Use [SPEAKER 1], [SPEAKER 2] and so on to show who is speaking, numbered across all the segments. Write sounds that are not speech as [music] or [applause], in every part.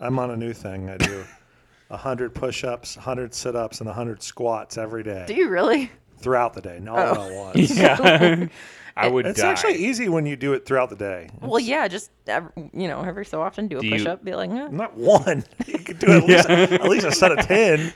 [SPEAKER 1] I'm on a new thing. I do 100 push ups, 100 sit ups, and 100 squats every day
[SPEAKER 2] Do you Oh. really?
[SPEAKER 1] throughout the day, not all at once.
[SPEAKER 3] Yeah. [laughs] I would
[SPEAKER 1] It's
[SPEAKER 3] die.
[SPEAKER 1] actually easy when you do it throughout the day.
[SPEAKER 2] Well, yeah, just ev you know, every so often do a
[SPEAKER 3] Do you-
[SPEAKER 2] push up, be like, "Eh."
[SPEAKER 1] Not one. [laughs] You could do at least, at least a set of 10.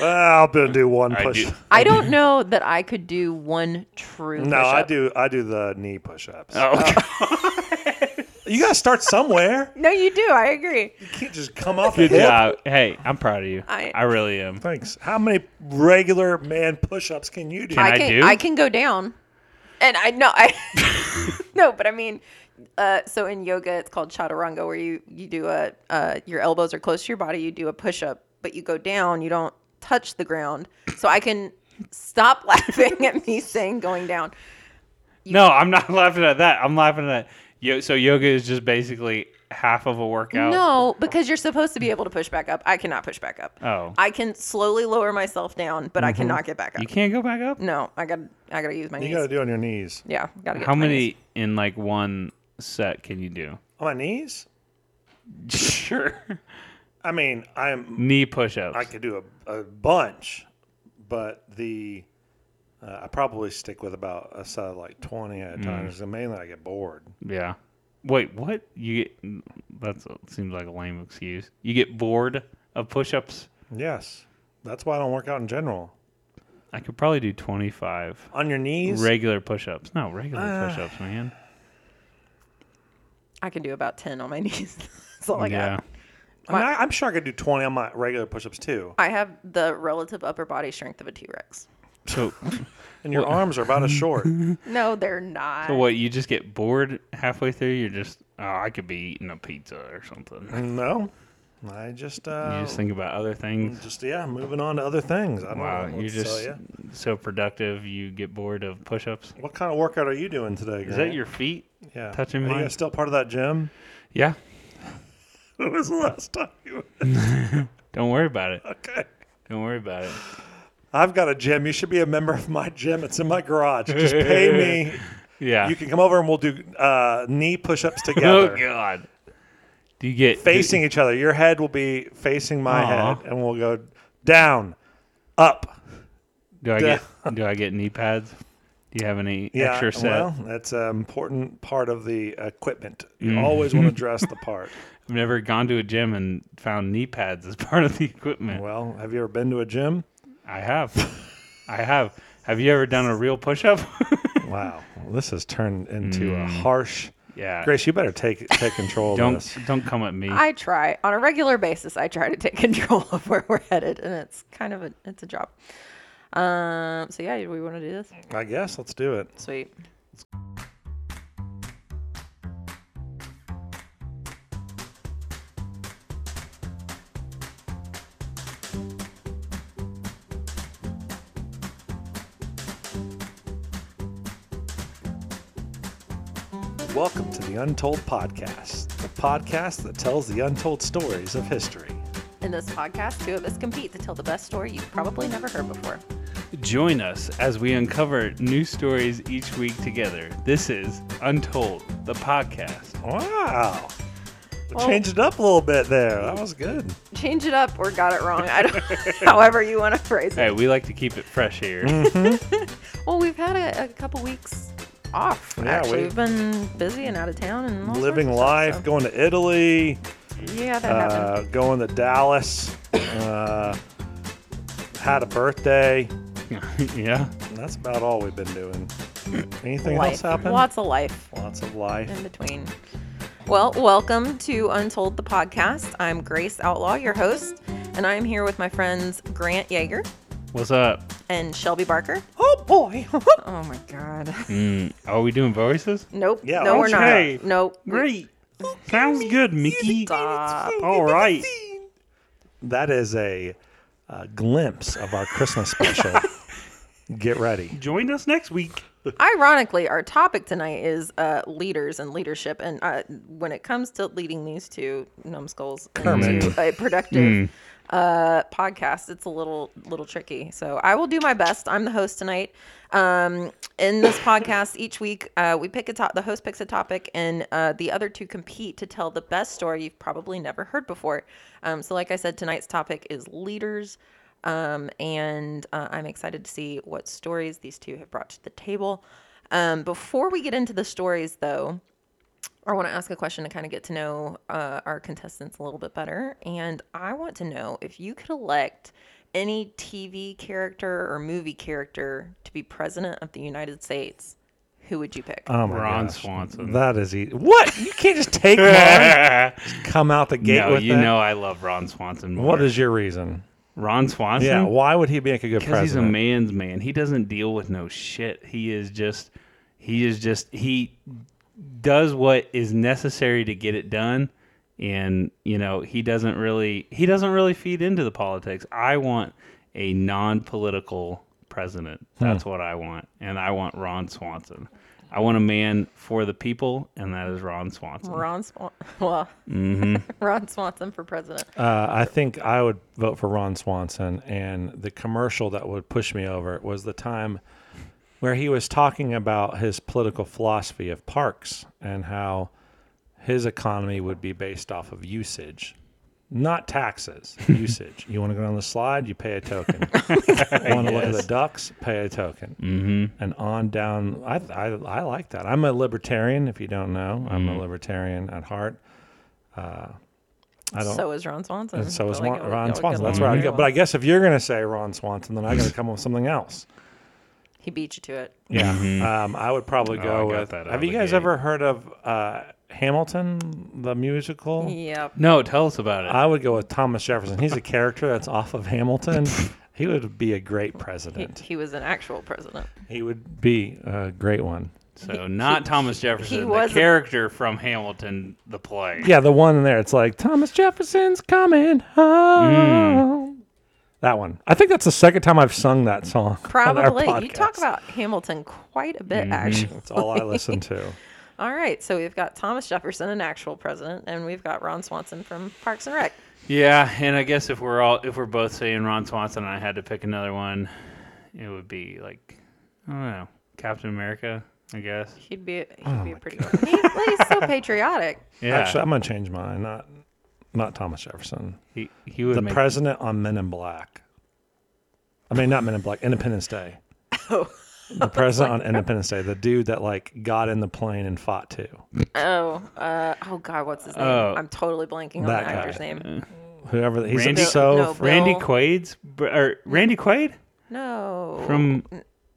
[SPEAKER 1] Well, I'll be- do one
[SPEAKER 3] I
[SPEAKER 1] push
[SPEAKER 3] do-
[SPEAKER 2] I don't know that I could do one true.
[SPEAKER 1] No, I
[SPEAKER 2] push-up.
[SPEAKER 1] do. I do the knee push-ups.
[SPEAKER 3] Oh, okay. [laughs]
[SPEAKER 1] You gotta start somewhere.
[SPEAKER 2] No, you do. I agree.
[SPEAKER 1] You can't just come off
[SPEAKER 3] Good
[SPEAKER 1] the hip.
[SPEAKER 3] job. Hey, I'm proud of you.
[SPEAKER 2] I-
[SPEAKER 3] I, really am.
[SPEAKER 1] Thanks. How many regular man push-ups can you do?
[SPEAKER 3] Can I
[SPEAKER 2] can.
[SPEAKER 3] do?
[SPEAKER 2] I can go down, and I know I. no, but I [laughs] mean, uh, so in yoga, it's called chaturanga, where you you do a uh, your elbows are close to your body. You do a push up, but you go down. You don't touch the ground. So I can stop [laughs] laughing at me saying going down.
[SPEAKER 3] No, I'm not [laughs] laughing at that. I'm laughing at yo. So yoga is just basically half of a workout.
[SPEAKER 2] No, because you're supposed to be able to push back up. I cannot push back up.
[SPEAKER 3] Oh. Mm-hmm.
[SPEAKER 2] I can slowly lower myself down, but I cannot get back up.
[SPEAKER 3] You can't go back up.
[SPEAKER 2] No, I got to I got to use my
[SPEAKER 1] You
[SPEAKER 2] knees.
[SPEAKER 1] gotta do it on your knees.
[SPEAKER 2] yeah, got to get
[SPEAKER 3] How
[SPEAKER 2] to my
[SPEAKER 3] many
[SPEAKER 2] knees.
[SPEAKER 3] in like one set can you do?
[SPEAKER 1] On my knees?
[SPEAKER 3] Sure.
[SPEAKER 1] I mean, I'm.
[SPEAKER 3] Knee push-ups.
[SPEAKER 1] I could do a, a bunch, but the uh, I probably stick with about a set of like twenty at a time.
[SPEAKER 3] Mm.
[SPEAKER 1] 'cause Mainly, I get bored.
[SPEAKER 3] yeah. Wait, what? You get? That seems like a lame excuse. You get bored of push-ups.
[SPEAKER 1] Yes, that's why I don't work out in general.
[SPEAKER 3] I could probably do 25
[SPEAKER 1] On your knees,
[SPEAKER 3] regular push-ups. No, regular push-ups, man.
[SPEAKER 2] I can do about 10 on my [laughs] knees. That's all I got.
[SPEAKER 3] yeah.
[SPEAKER 1] I mean, I, I'm sure I could do twenty on my regular push-ups too.
[SPEAKER 2] I have the relative upper body strength of a T Rex.
[SPEAKER 3] So, [laughs]
[SPEAKER 1] And your arms are about as short.
[SPEAKER 2] No, they're not.
[SPEAKER 3] so what? You just get bored halfway through. You're just, oh, I could be eating a pizza or something. [laughs]
[SPEAKER 1] no, I just uh,
[SPEAKER 3] You just think about other things.
[SPEAKER 1] Just yeah, moving on to other things. Mm, I don't
[SPEAKER 3] Wow,
[SPEAKER 1] know.
[SPEAKER 3] you're
[SPEAKER 1] what to tell
[SPEAKER 3] just
[SPEAKER 1] ya.
[SPEAKER 3] so productive. You get bored of push-ups.
[SPEAKER 1] What kind of workout are you doing today?
[SPEAKER 3] Is that your feet?
[SPEAKER 1] yeah.
[SPEAKER 3] touching
[SPEAKER 1] Are you
[SPEAKER 3] mine?
[SPEAKER 1] guys still part of that gym? [laughs]
[SPEAKER 3] Yeah.
[SPEAKER 1] When was the last time you? [laughs]
[SPEAKER 3] Don't worry about it.
[SPEAKER 1] Okay.
[SPEAKER 3] Don't worry about it.
[SPEAKER 1] I've got a gym. You should be a member of my gym. It's in my garage. Just pay me.
[SPEAKER 3] [laughs] Yeah.
[SPEAKER 1] You can come over and we'll do uh, knee push-ups
[SPEAKER 3] oh [laughs]
[SPEAKER 1] together,
[SPEAKER 3] God. Do you get
[SPEAKER 1] facing each other. Your head will be facing my
[SPEAKER 3] Aw.
[SPEAKER 1] head, and we'll go down, up.
[SPEAKER 3] Do, do I get do I get knee pads? Do you have any
[SPEAKER 1] Yeah.
[SPEAKER 3] extra set?
[SPEAKER 1] Well, that's an important part of the equipment. You
[SPEAKER 3] Mm. [laughs]
[SPEAKER 1] always want to dress the part.
[SPEAKER 3] I've never gone to a gym and found knee pads as [laughs] part of the equipment.
[SPEAKER 1] Well, have you ever been to a gym?
[SPEAKER 3] I have. I have. Have you ever done a real push-up? [laughs]
[SPEAKER 1] Wow, well, this has turned into a harsh.
[SPEAKER 3] yeah.
[SPEAKER 1] Grace, you better take take control of
[SPEAKER 3] Mm. Don't
[SPEAKER 1] this.
[SPEAKER 3] don't come at me.
[SPEAKER 2] I try on a regular basis. I try to take [laughs] control of where we're headed, and it's kind of a it's a job. Um. So yeah, we want to do this.
[SPEAKER 1] I guess let's do it.
[SPEAKER 2] Sweet.
[SPEAKER 1] Welcome to the Untold Podcast, the podcast that tells the untold stories of history.
[SPEAKER 2] In this podcast, two of us compete to tell the best story you've probably never heard before.
[SPEAKER 3] Join us as we uncover new stories each week together. This is Untold, the podcast.
[SPEAKER 1] Wow, we
[SPEAKER 2] Well-
[SPEAKER 1] changed it up a little bit there. That was good.
[SPEAKER 2] Change it up or got it wrong. I don't. [laughs] however you want to phrase it.
[SPEAKER 3] Hey, we like to keep it fresh here.
[SPEAKER 2] Well, we've had a, a couple weeks off.
[SPEAKER 1] Yeah,
[SPEAKER 2] actually,
[SPEAKER 1] we-
[SPEAKER 2] we've been busy and out of town and all
[SPEAKER 1] Living
[SPEAKER 2] sorts of
[SPEAKER 1] life,
[SPEAKER 2] stuff,
[SPEAKER 1] going to Italy,
[SPEAKER 2] so- Yeah, that happened.
[SPEAKER 1] uh, going to Dallas. Uh, had a birthday.
[SPEAKER 3] [laughs]
[SPEAKER 1] Mm.
[SPEAKER 3] yeah.
[SPEAKER 1] That's about all we've been doing. Anything else
[SPEAKER 2] life.
[SPEAKER 1] happen?
[SPEAKER 2] Lots of life
[SPEAKER 1] Lots of life.
[SPEAKER 2] in between. Well, welcome to Untold the podcast. I'm Grace Outlaw, your host, and I'm here with my friends Grant Yeager
[SPEAKER 3] What's up?
[SPEAKER 2] and Shelby Barker.
[SPEAKER 1] Oh boy. [laughs]
[SPEAKER 2] Oh my God.
[SPEAKER 3] Mm, are we doing voices?
[SPEAKER 2] Nope.
[SPEAKER 1] Yeah,
[SPEAKER 2] no, we're
[SPEAKER 3] okay.
[SPEAKER 2] not. Nope.
[SPEAKER 3] Great. Sounds good, Mickey.
[SPEAKER 1] Ah,
[SPEAKER 2] Stop.
[SPEAKER 3] All right.
[SPEAKER 1] That is a,
[SPEAKER 2] [laughs]
[SPEAKER 1] uh glimpse of our Christmas special. Get ready.
[SPEAKER 3] Join us next week.
[SPEAKER 1] Oh
[SPEAKER 2] Ironically, our topic tonight is uh, leaders and leadership, and uh, when it comes to leading these two numbskulls
[SPEAKER 1] Kermit.
[SPEAKER 2] into a productive uh, podcast, it's a little little tricky. So I will do my best. I'm the host tonight. Um, in this podcast, each week uh, we pick a top. The host picks a topic, and uh, the other two compete to tell the best story you've probably never heard before. Um, so, like I said, tonight's topic is leaders. Um, and uh, I'm excited to see what stories these two have brought to the table. Um, before we get into the stories, though, I want to ask a question to kind of get to know uh, our contestants a little bit better. And I want to know if you could elect any TV character or movie character to be president of the United States, who would you pick?
[SPEAKER 1] Oh my
[SPEAKER 3] Ron
[SPEAKER 1] gosh.
[SPEAKER 3] Swanson.
[SPEAKER 1] That is easy. What? You can't just
[SPEAKER 3] [laughs]
[SPEAKER 1] take mine.
[SPEAKER 3] no,
[SPEAKER 1] Come out the gate with
[SPEAKER 3] you
[SPEAKER 1] that?
[SPEAKER 3] know I love Ron Swanson. More.
[SPEAKER 1] What is your reason?
[SPEAKER 3] Ron Swanson?
[SPEAKER 1] Yeah. Why would he make a good
[SPEAKER 3] Because
[SPEAKER 1] president?
[SPEAKER 3] he's a man's man. He doesn't deal with no shit. He is just, he is just, he does what is necessary to get it done. And, you know, he doesn't really, he doesn't really feed into the politics. I want a non political president.
[SPEAKER 1] Hmm.
[SPEAKER 3] That's what I want. And I want Ron Swanson. I want a man for the people, and that is Ron Swanson.
[SPEAKER 2] Ron Swan- well, [laughs] Ron Swanson for president.
[SPEAKER 1] Uh, mm-hmm. I think I would vote for Ron Swanson. And the commercial that would push me over was the time where he was talking about his political philosophy of parks and how his economy would be based off of usage, not taxes. Usage. you want to go down the slide, you pay a token. you want to look at the ducks, pay a token. Mm-hmm. And on down. I, I I like that. I'm a libertarian. If you don't know, I'm a libertarian at heart. Uh, I don't.
[SPEAKER 2] So is Ron Swanson.
[SPEAKER 1] And so
[SPEAKER 2] I
[SPEAKER 1] is
[SPEAKER 2] feel
[SPEAKER 1] Ron,
[SPEAKER 2] like it would- it
[SPEAKER 1] Ron
[SPEAKER 2] would
[SPEAKER 1] Swanson.
[SPEAKER 2] go
[SPEAKER 1] That's
[SPEAKER 2] along
[SPEAKER 1] where I
[SPEAKER 2] very
[SPEAKER 1] go.
[SPEAKER 2] well.
[SPEAKER 1] But I guess if you're going to say Ron Swanson, then I got to come up with something else.
[SPEAKER 2] He beat you to it.
[SPEAKER 1] Yeah. Um, I would probably
[SPEAKER 3] Mm-hmm. Oh, I
[SPEAKER 1] go
[SPEAKER 3] got
[SPEAKER 1] with.
[SPEAKER 3] that out
[SPEAKER 1] Have
[SPEAKER 3] of
[SPEAKER 1] you
[SPEAKER 3] the
[SPEAKER 1] guys
[SPEAKER 3] gate.
[SPEAKER 1] ever heard of uh, Hamilton, the musical?
[SPEAKER 2] Yep.
[SPEAKER 3] No, tell us about it.
[SPEAKER 1] I would go with Thomas Jefferson. He's a character that's off of Hamilton. he would be a great
[SPEAKER 2] He,
[SPEAKER 1] president.
[SPEAKER 2] he was an actual president.
[SPEAKER 1] He would be a great one.
[SPEAKER 3] so, not
[SPEAKER 1] [laughs]
[SPEAKER 3] Thomas Jefferson, the
[SPEAKER 2] was a-
[SPEAKER 3] character from Hamilton, the play.
[SPEAKER 1] Yeah, the one in there. It's like Thomas Jefferson's
[SPEAKER 3] Mm.
[SPEAKER 1] coming home. That one. I think that's the second time I've sung that song. on our
[SPEAKER 2] Probably. You talk
[SPEAKER 1] podcast. Mm-hmm.
[SPEAKER 2] about Hamilton quite a bit, actually.
[SPEAKER 1] That's all I listen to.
[SPEAKER 2] All right. So we've got Thomas Jefferson, an actual president, and we've got Ron Swanson from Parks and Rec.
[SPEAKER 3] Yeah, and I guess if we're all if we're both saying Ron Swanson and I had to pick another one, it would be like I don't know, Captain America, I guess.
[SPEAKER 2] He'd be, he'd
[SPEAKER 3] Oh
[SPEAKER 2] be a pretty good. He, well, he's so patriotic.
[SPEAKER 3] Yeah.
[SPEAKER 1] Actually, I'm gonna change mine. Not not Thomas Jefferson.
[SPEAKER 3] he, he would
[SPEAKER 1] The
[SPEAKER 3] make
[SPEAKER 1] president on Men in Black. I mean, not Men in Black. Independence Day.
[SPEAKER 2] Oh.
[SPEAKER 1] The president on Independence Day. The dude that like got in the plane and fought too.
[SPEAKER 2] Oh, uh, oh God, what's his name?
[SPEAKER 3] Oh.
[SPEAKER 2] I'm totally blanking on
[SPEAKER 1] That
[SPEAKER 2] the actor's
[SPEAKER 1] guy.
[SPEAKER 2] name.
[SPEAKER 1] Whoever he's
[SPEAKER 3] Randy-
[SPEAKER 1] so
[SPEAKER 2] No,
[SPEAKER 1] fr-
[SPEAKER 3] Randy
[SPEAKER 2] Bill-
[SPEAKER 3] Quaid's br- or Randy Quaid
[SPEAKER 2] No.
[SPEAKER 3] from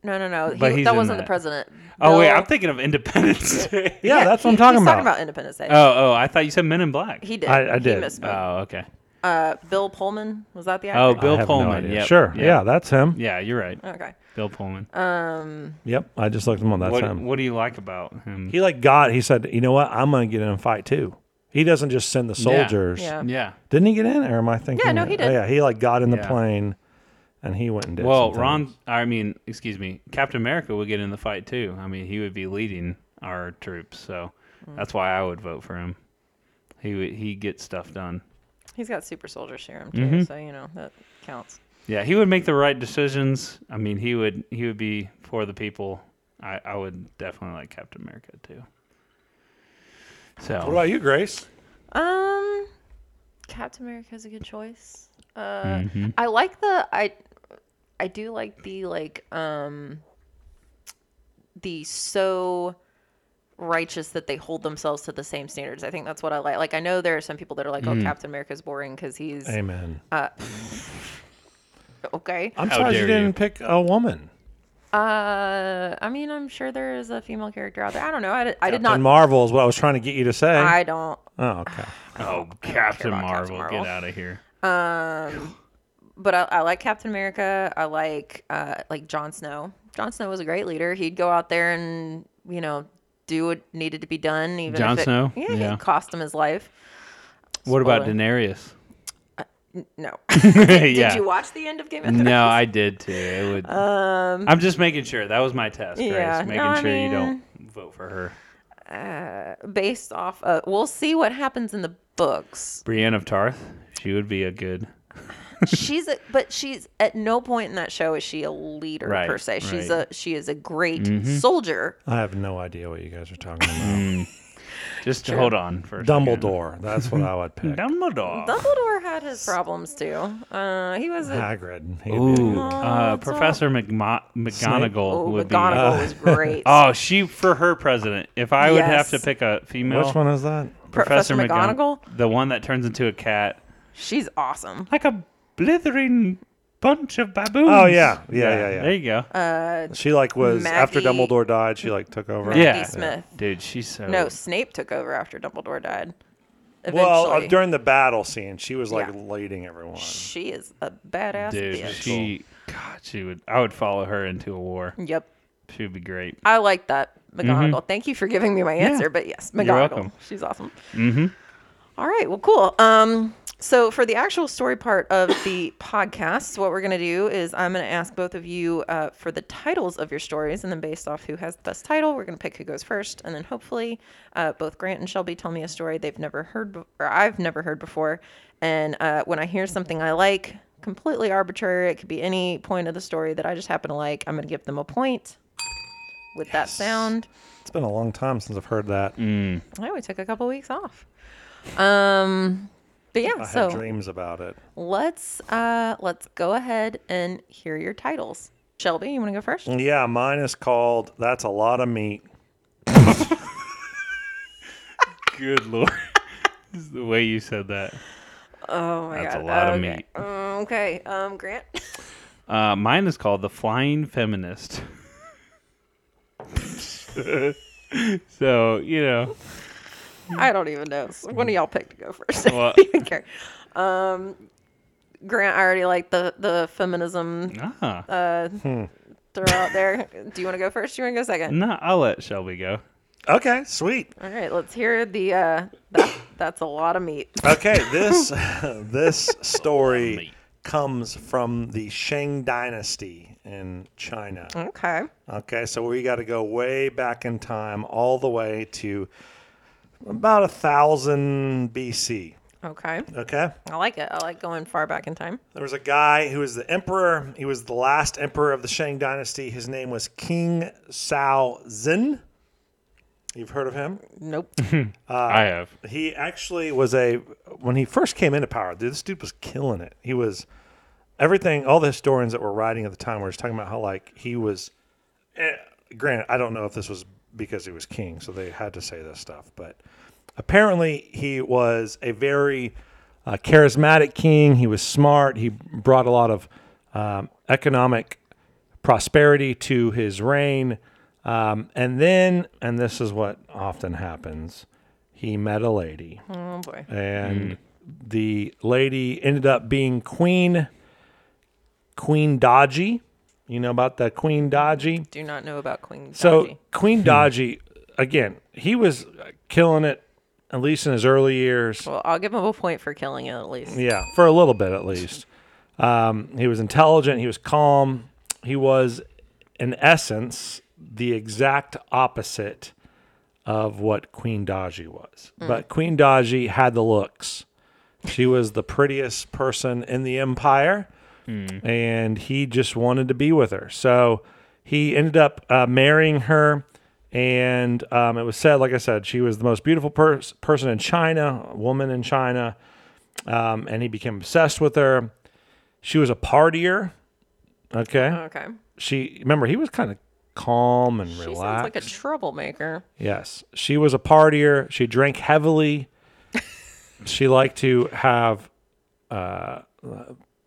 [SPEAKER 2] no, no, no. He-
[SPEAKER 3] But he's
[SPEAKER 2] that
[SPEAKER 3] in
[SPEAKER 2] wasn't
[SPEAKER 3] that.
[SPEAKER 2] the president.
[SPEAKER 3] Oh wait,
[SPEAKER 2] Bill-
[SPEAKER 3] I'm thinking of
[SPEAKER 2] [laughs]
[SPEAKER 3] Independence Day.
[SPEAKER 1] yeah, that's what I'm
[SPEAKER 2] he-
[SPEAKER 1] talking
[SPEAKER 2] he's
[SPEAKER 1] about.
[SPEAKER 2] talking about Independence Day.
[SPEAKER 3] Oh, oh, I thought you said Men in Black.
[SPEAKER 2] he did.
[SPEAKER 1] I- I did.
[SPEAKER 2] He misspoke.
[SPEAKER 3] Oh, okay.
[SPEAKER 2] Uh, Bill Pullman was that the
[SPEAKER 3] Oh,
[SPEAKER 2] actor?
[SPEAKER 1] I
[SPEAKER 3] Bill
[SPEAKER 1] have no
[SPEAKER 3] Pullman.
[SPEAKER 1] idea.
[SPEAKER 3] yep,
[SPEAKER 1] Sure.
[SPEAKER 3] yep.
[SPEAKER 1] Yeah, that's him.
[SPEAKER 3] Yeah, you're right.
[SPEAKER 2] okay.
[SPEAKER 3] Bill Pullman.
[SPEAKER 2] Uh,
[SPEAKER 1] Yep. I just looked him up. That's
[SPEAKER 3] what
[SPEAKER 1] him.
[SPEAKER 3] what do you like about him?
[SPEAKER 1] he like got. He said, "You know what? I'm gonna get in and fight too." He doesn't just send the soldiers.
[SPEAKER 2] Yeah.
[SPEAKER 3] yeah.
[SPEAKER 1] Didn't he get in, or am I thinking?
[SPEAKER 2] no, he
[SPEAKER 1] oh,
[SPEAKER 2] did.
[SPEAKER 1] yeah, he like got in the
[SPEAKER 3] Yeah.
[SPEAKER 1] plane, and he went and did.
[SPEAKER 3] Well,
[SPEAKER 1] something.
[SPEAKER 3] Ron, I mean, excuse me, Captain America would get in the fight too. I mean, he would be leading our troops, so
[SPEAKER 2] Mm.
[SPEAKER 3] that's why I would vote for him. He would, he gets stuff done.
[SPEAKER 2] He's got super soldier serum too,
[SPEAKER 3] Mm-hmm.
[SPEAKER 2] so you know that counts.
[SPEAKER 3] Yeah, he would make the right decisions. I mean, he would he would be for the people. I, I would definitely like Captain America too.
[SPEAKER 1] What
[SPEAKER 3] So
[SPEAKER 1] about you, Grace?
[SPEAKER 2] Um, Captain America is a good choice. Uh, I like the I, I do like the like um, the so righteous that they hold themselves to the same standards. I think that's what I like. Like I know there are some people that are like, oh, Captain America's boring because he's
[SPEAKER 1] Amen.
[SPEAKER 2] okay.
[SPEAKER 1] I'm
[SPEAKER 3] How
[SPEAKER 1] surprised you
[SPEAKER 3] dare you.
[SPEAKER 1] didn't pick a woman.
[SPEAKER 2] Uh, I mean, I'm sure there is a female character out there. I don't know. I, did- I did not.
[SPEAKER 1] And Marvel is what I was trying to get you to say.
[SPEAKER 2] I don't.
[SPEAKER 1] oh, okay.
[SPEAKER 3] oh,
[SPEAKER 2] Captain
[SPEAKER 3] Captain
[SPEAKER 2] about Captain
[SPEAKER 3] Marvel,
[SPEAKER 2] Marvel.
[SPEAKER 3] get out of here!
[SPEAKER 2] but I, I like Captain America. I like uh, like Jon Snow. Jon Snow was a great leader. He'd go out there and you know do what needed to be done. Even
[SPEAKER 3] Jon
[SPEAKER 2] if it,
[SPEAKER 3] Snow?
[SPEAKER 2] yeah,
[SPEAKER 3] Yeah.
[SPEAKER 2] He cost him his life.
[SPEAKER 3] What about
[SPEAKER 2] Spoiler.
[SPEAKER 3] Daenerys? [laughs]
[SPEAKER 2] N- No. Did
[SPEAKER 3] yeah.
[SPEAKER 2] you watch the end of Game of Thrones?
[SPEAKER 3] No, I did too. It would.
[SPEAKER 2] Um,
[SPEAKER 3] I'm just making sure. That was my test, Grace.
[SPEAKER 2] Yeah.
[SPEAKER 3] Making
[SPEAKER 2] No, I
[SPEAKER 3] sure you don't vote for her.
[SPEAKER 2] based off of, we'll see what happens in the books.
[SPEAKER 3] Brienne of Tarth. She would be a good.
[SPEAKER 2] She's a, but she's at no point in that show is she a leader
[SPEAKER 3] Right,
[SPEAKER 2] per se. She's
[SPEAKER 3] right. Mm-hmm.
[SPEAKER 2] a she is a great soldier.
[SPEAKER 1] I have no idea what you guys are talking about.
[SPEAKER 3] Just hold on for a second.
[SPEAKER 1] Dumbledore. That's what I would [laughs] pick.
[SPEAKER 3] Dumbledore.
[SPEAKER 2] Dumbledore had his problems too. Uh, he was a,
[SPEAKER 1] Hagrid. He'd be a
[SPEAKER 3] Ooh,
[SPEAKER 1] good-
[SPEAKER 3] uh,
[SPEAKER 2] it's all-
[SPEAKER 3] Professor McMo- McGonagall
[SPEAKER 2] oh,
[SPEAKER 3] would
[SPEAKER 2] McGonagall was great.
[SPEAKER 3] be. [laughs] Oh, she for her president. If I would have
[SPEAKER 2] Yes.
[SPEAKER 3] to pick a female,
[SPEAKER 1] Which one is that?
[SPEAKER 2] Professor
[SPEAKER 3] McGon-
[SPEAKER 2] McGonagall?
[SPEAKER 3] the one that turns into a cat,
[SPEAKER 2] She's awesome.
[SPEAKER 3] like a blithering bunch of baboons.
[SPEAKER 1] Oh yeah, yeah, yeah, yeah.
[SPEAKER 3] There you go.
[SPEAKER 2] Uh,
[SPEAKER 1] She like was after
[SPEAKER 2] Maggie-
[SPEAKER 1] Dumbledore died. She like took over.
[SPEAKER 2] Maggie
[SPEAKER 3] yeah,
[SPEAKER 2] Smith.
[SPEAKER 3] dude, she's so
[SPEAKER 1] Oh.
[SPEAKER 2] No, Snape took over after Dumbledore died. Eventually.
[SPEAKER 1] Well, uh, during the battle scene, she was like
[SPEAKER 2] Yeah.
[SPEAKER 1] leading everyone.
[SPEAKER 2] she is a badass
[SPEAKER 3] dude.
[SPEAKER 2] bitch.
[SPEAKER 3] She, God, she would. I would follow her into a war.
[SPEAKER 2] Yep.
[SPEAKER 3] She would be great.
[SPEAKER 2] I like that, McGonagall.
[SPEAKER 1] Mm-hmm.
[SPEAKER 2] Thank you for giving me my answer, but yes, McGonagall.
[SPEAKER 3] welcome.
[SPEAKER 2] She's awesome. Mm-hmm. right, well, cool. Um, so for the actual story part of the podcast, what we're gonna do is I'm gonna ask both of you uh, for the titles of your stories, and then based off who has the best title, we're gonna pick who goes first, and then hopefully, uh, both Grant and Shelby tell me a story they've never heard be- or I've never heard before, and uh, when I hear something I like. Completely arbitrary. It could be any point of the story that I just happen to like. I'm going to give them a point with that sound.
[SPEAKER 1] It's been a long time since I've heard that.
[SPEAKER 2] I we took a couple weeks off. Um, but yeah,
[SPEAKER 1] I had
[SPEAKER 2] so
[SPEAKER 1] dreams about it.
[SPEAKER 2] let's uh, let's go ahead and hear your titles. Shelby, you want to go first?
[SPEAKER 3] Mm,
[SPEAKER 1] Yeah, mine is called "That's a Lot of Meat."
[SPEAKER 3] Good lord, [laughs] This is the way you said that.
[SPEAKER 2] Oh my
[SPEAKER 3] That's
[SPEAKER 2] god,
[SPEAKER 3] a lot of
[SPEAKER 2] okay.
[SPEAKER 3] meat.
[SPEAKER 2] Um, okay, um, Grant.
[SPEAKER 3] Uh, mine is called the Flying Feminist. [laughs] so you know,
[SPEAKER 2] [laughs] I don't even know. So One of y'all picked to go first. [laughs] I
[SPEAKER 3] Well-
[SPEAKER 2] don't even care. Um, Grant, I already like the the feminism
[SPEAKER 3] ah,
[SPEAKER 2] throw out there. [laughs] Do you want to go first? Do you want to go second?
[SPEAKER 3] no, I'll let Shelby go.
[SPEAKER 1] Okay, sweet.
[SPEAKER 2] All right, let's hear the. Uh, that, that's a lot of meat.
[SPEAKER 1] Okay, this this story comes from the Shang Dynasty in China.
[SPEAKER 2] Okay.
[SPEAKER 1] Okay, so we got to go way back in time, all the way to about a thousand BC.
[SPEAKER 2] Okay.
[SPEAKER 1] Okay,
[SPEAKER 2] I like it. I like going far back in time.
[SPEAKER 1] there was a guy who was the emperor. He was the last emperor of the Shang Dynasty. His name was King Cao Zhen. You've heard of him?
[SPEAKER 2] Nope.
[SPEAKER 3] I have.
[SPEAKER 1] He actually was a when he first came into power. Dude, this dude was killing it. He was everything. All the historians that were writing at the time were just talking about how like he was. Eh, granted, I don't know if this was because he was king, so they had to say this stuff, but apparently he was a very uh, charismatic king. He was smart. He brought a lot of um, economic prosperity to his reign. Um, and then, and this is what often happens, he met a lady
[SPEAKER 2] oh boy.
[SPEAKER 1] and the lady ended up being Queen Queen Dodgy. You know about the Queen Dodgy?
[SPEAKER 2] Do not know about Queen.
[SPEAKER 1] So
[SPEAKER 2] Dodgy.
[SPEAKER 1] Queen Dodgy, again, he was uh, killing it, at least in his early years.
[SPEAKER 2] Well, I'll give him a point for killing it at least.
[SPEAKER 1] Yeah, for a little bit at least. Um, he was intelligent. He was calm. He was, in essence, the exact opposite of what Queen Daji was. But Queen Daji had the looks. She was the prettiest person in the empire,
[SPEAKER 2] Hmm.
[SPEAKER 1] and he just wanted to be with her. So he ended up uh, marrying her. And um, it was said, like I said, she was the most beautiful pers- person in China, a woman in China um, and he became obsessed with her. She was a partier. Okay.
[SPEAKER 2] Okay.
[SPEAKER 1] She remember he was kind of calm and
[SPEAKER 2] Uh. She sounds
[SPEAKER 1] relaxed.
[SPEAKER 2] like a troublemaker.
[SPEAKER 1] yes, she was a partier. She drank heavily. she liked to have uh,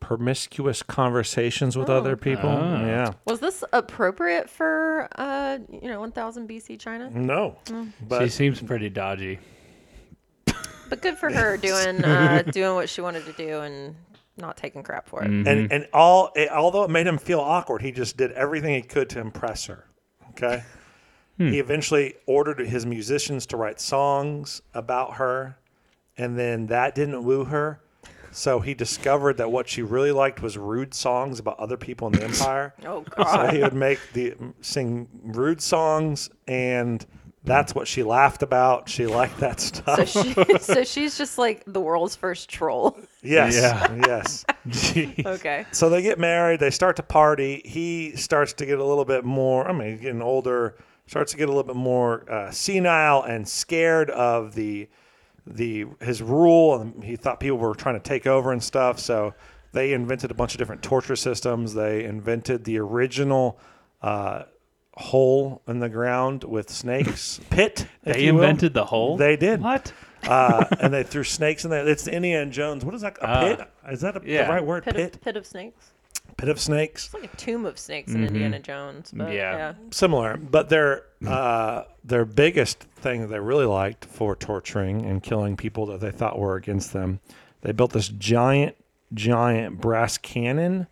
[SPEAKER 1] promiscuous conversations with other people. Yeah.
[SPEAKER 2] Was this appropriate for uh, you know, 1000 BC China?
[SPEAKER 1] No,
[SPEAKER 3] She
[SPEAKER 1] but
[SPEAKER 3] seems pretty dodgy.
[SPEAKER 2] But good for her doing uh, doing what she wanted to do and not taking crap for it.
[SPEAKER 1] and and all it, although it made him feel awkward, he just did everything he could to impress her. Okay. He eventually ordered his musicians to write songs about her, and then that didn't woo her. So he discovered that what she really liked was rude songs about other people in the empire.
[SPEAKER 2] Oh
[SPEAKER 1] So
[SPEAKER 2] God.
[SPEAKER 1] he would make the sing rude songs, and that's what she laughed about. She liked that stuff. [laughs]
[SPEAKER 2] so she, [laughs] so she's just like the world's first troll.
[SPEAKER 1] yes,
[SPEAKER 3] Yeah.
[SPEAKER 1] yes.
[SPEAKER 3] Jeez.
[SPEAKER 2] Okay.
[SPEAKER 1] So they get married, they start to party. He starts to get a little bit more, I mean, he's getting older, starts to get a little bit more uh, senile and scared of the the his rule and he thought people were trying to take over and stuff. So they invented a bunch of different torture systems. They invented the original uh, hole in the ground
[SPEAKER 3] [laughs]
[SPEAKER 1] with snakes pit. if
[SPEAKER 3] They
[SPEAKER 1] you will.
[SPEAKER 3] invented the hole.
[SPEAKER 1] They did.
[SPEAKER 3] What?
[SPEAKER 1] uh, and they threw snakes in there. It's the Indiana Jones. What is that? A
[SPEAKER 3] Ah.
[SPEAKER 1] pit? Is that a,
[SPEAKER 3] Yeah.
[SPEAKER 1] the right word?
[SPEAKER 2] Pit,
[SPEAKER 1] pit.
[SPEAKER 2] Of, pit of snakes.
[SPEAKER 1] Pit of snakes.
[SPEAKER 2] It's like a tomb of snakes in Indiana Jones. But
[SPEAKER 3] Yeah.
[SPEAKER 2] yeah.
[SPEAKER 1] similar, but their uh, their biggest thing that they really liked for torturing and killing people that they thought were against them, they built this giant, giant brass cannon,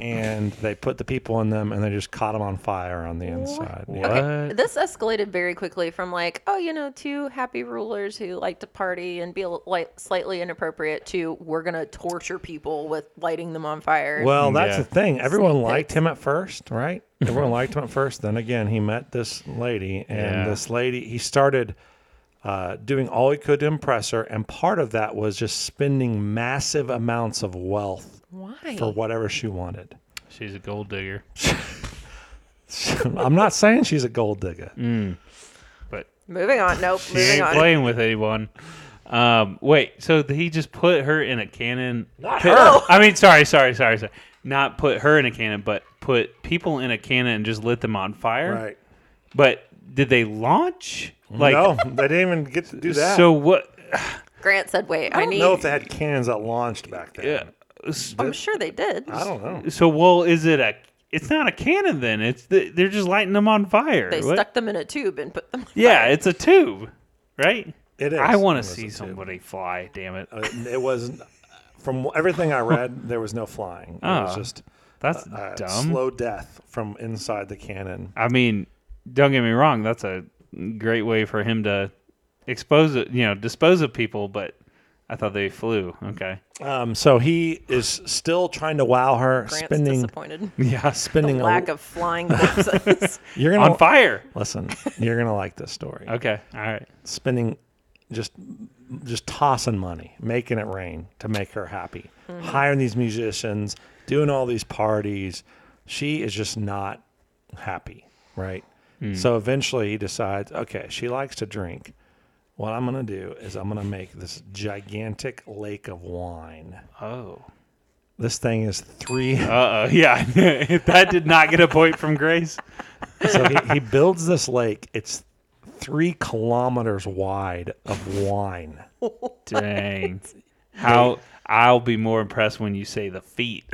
[SPEAKER 1] and they put the people in them, and they just caught them on fire on the inside. Yeah.
[SPEAKER 2] Okay,
[SPEAKER 3] What?
[SPEAKER 2] this escalated very quickly from like, oh, you know, two happy rulers who like to party and be like slightly inappropriate to we're gonna torture people with lighting them on fire.
[SPEAKER 1] Well, that's
[SPEAKER 3] Mm, Yeah.
[SPEAKER 1] the thing. Everyone
[SPEAKER 2] Sneak
[SPEAKER 1] liked him at first, right? Everyone liked him at first. Then again, he met this lady, and
[SPEAKER 3] Yeah.
[SPEAKER 1] this lady, he started uh, doing all he could to impress her. And part of that was just spending massive amounts of wealth
[SPEAKER 2] Why?
[SPEAKER 1] for whatever she wanted. [laughs]
[SPEAKER 3] She's a gold digger.
[SPEAKER 1] I'm not saying she's a gold digger.
[SPEAKER 3] Mm. But
[SPEAKER 2] Moving on. Nope.
[SPEAKER 3] He
[SPEAKER 2] Moving
[SPEAKER 3] ain't
[SPEAKER 2] on.
[SPEAKER 3] playing with anyone. Um, wait, so th- he just put her in a cannon?
[SPEAKER 1] Not
[SPEAKER 3] pit-
[SPEAKER 1] her.
[SPEAKER 3] I mean, sorry, sorry, sorry, sorry. Not put her in a cannon, but put people in a cannon and just lit them on fire.
[SPEAKER 1] Right.
[SPEAKER 3] But did they launch? Like,
[SPEAKER 1] no, they didn't even get to do that.
[SPEAKER 3] so what?
[SPEAKER 2] Grant said, "Wait, I,
[SPEAKER 1] I don't
[SPEAKER 2] need."
[SPEAKER 1] know if they had cannons that launched back then.
[SPEAKER 3] Yeah. s-
[SPEAKER 2] I'm sure they did.
[SPEAKER 1] I don't know.
[SPEAKER 3] So, well, is it a? It's not a cannon then. It's the, they're just lighting them on fire.
[SPEAKER 2] They
[SPEAKER 3] What-
[SPEAKER 2] stuck them in a tube and put them.
[SPEAKER 3] Yeah, it's a tube, right?
[SPEAKER 1] It is.
[SPEAKER 3] I
[SPEAKER 1] It
[SPEAKER 3] want to
[SPEAKER 1] was a
[SPEAKER 3] see
[SPEAKER 1] tube.
[SPEAKER 3] somebody fly. Damn it!
[SPEAKER 1] Uh, It was from everything I read. There was no flying. It was
[SPEAKER 3] Ah.
[SPEAKER 1] just
[SPEAKER 3] That's
[SPEAKER 1] uh,
[SPEAKER 3] dumb.
[SPEAKER 1] slow death from inside the cannon.
[SPEAKER 3] I mean, don't get me wrong. That's a great way for him to expose, it, you know, dispose of people. But I thought they flew. Okay.
[SPEAKER 1] Um, so he is still trying to wow her,
[SPEAKER 2] Grant's
[SPEAKER 1] spending
[SPEAKER 2] disappointed.
[SPEAKER 3] Yeah.
[SPEAKER 1] [laughs] spending a-
[SPEAKER 2] Lack
[SPEAKER 1] [laughs]
[SPEAKER 2] of flying corpses.
[SPEAKER 1] You're
[SPEAKER 3] [laughs]
[SPEAKER 1] gonna
[SPEAKER 3] On fire.
[SPEAKER 1] listen. You're gonna like this story.
[SPEAKER 3] [laughs] Okay. All right.
[SPEAKER 1] Spending just just tossing money, making it rain to make her happy,
[SPEAKER 2] Mm-hmm.
[SPEAKER 1] hiring these musicians, doing all these parties. She is just not happy, right?
[SPEAKER 3] Hmm.
[SPEAKER 1] So eventually he decides, okay, she likes to drink. What I'm going to do is I'm going to make this gigantic lake of wine.
[SPEAKER 3] Oh.
[SPEAKER 1] This thing is three. [laughs]
[SPEAKER 3] Uh oh. Yeah. [laughs] that did not get a point from Grace.
[SPEAKER 1] so he, he builds this lake. It's three kilometers wide of wine.
[SPEAKER 3] [laughs] Dang. How? I'll be more impressed when you say the feet. [laughs]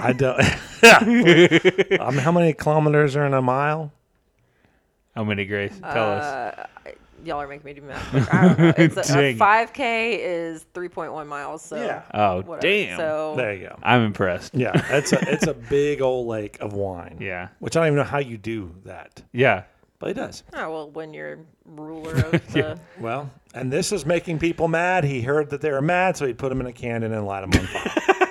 [SPEAKER 1] I don't. [laughs] I mean, how many kilometers are in a mile?
[SPEAKER 3] How many, Grace? Tell us.
[SPEAKER 2] Uh, Y'all are making me do math. Like, I
[SPEAKER 1] [laughs]
[SPEAKER 2] don't know. It's a, a
[SPEAKER 3] Dang.
[SPEAKER 2] 5K is 3.1 miles. So
[SPEAKER 1] Yeah.
[SPEAKER 3] Oh,
[SPEAKER 2] whatever.
[SPEAKER 3] damn.
[SPEAKER 2] So
[SPEAKER 1] There you go.
[SPEAKER 3] I'm impressed.
[SPEAKER 1] Yeah, it's a it's a big old lake of wine.
[SPEAKER 3] Yeah.
[SPEAKER 1] which I don't even know how you do that,
[SPEAKER 3] Yeah.
[SPEAKER 1] but it does.
[SPEAKER 2] Oh, well, when you're
[SPEAKER 1] [laughs]
[SPEAKER 2] ruler of the.
[SPEAKER 1] Well, and this is making people mad. He heard that they were mad, so he put them in a cannon and light them on fire.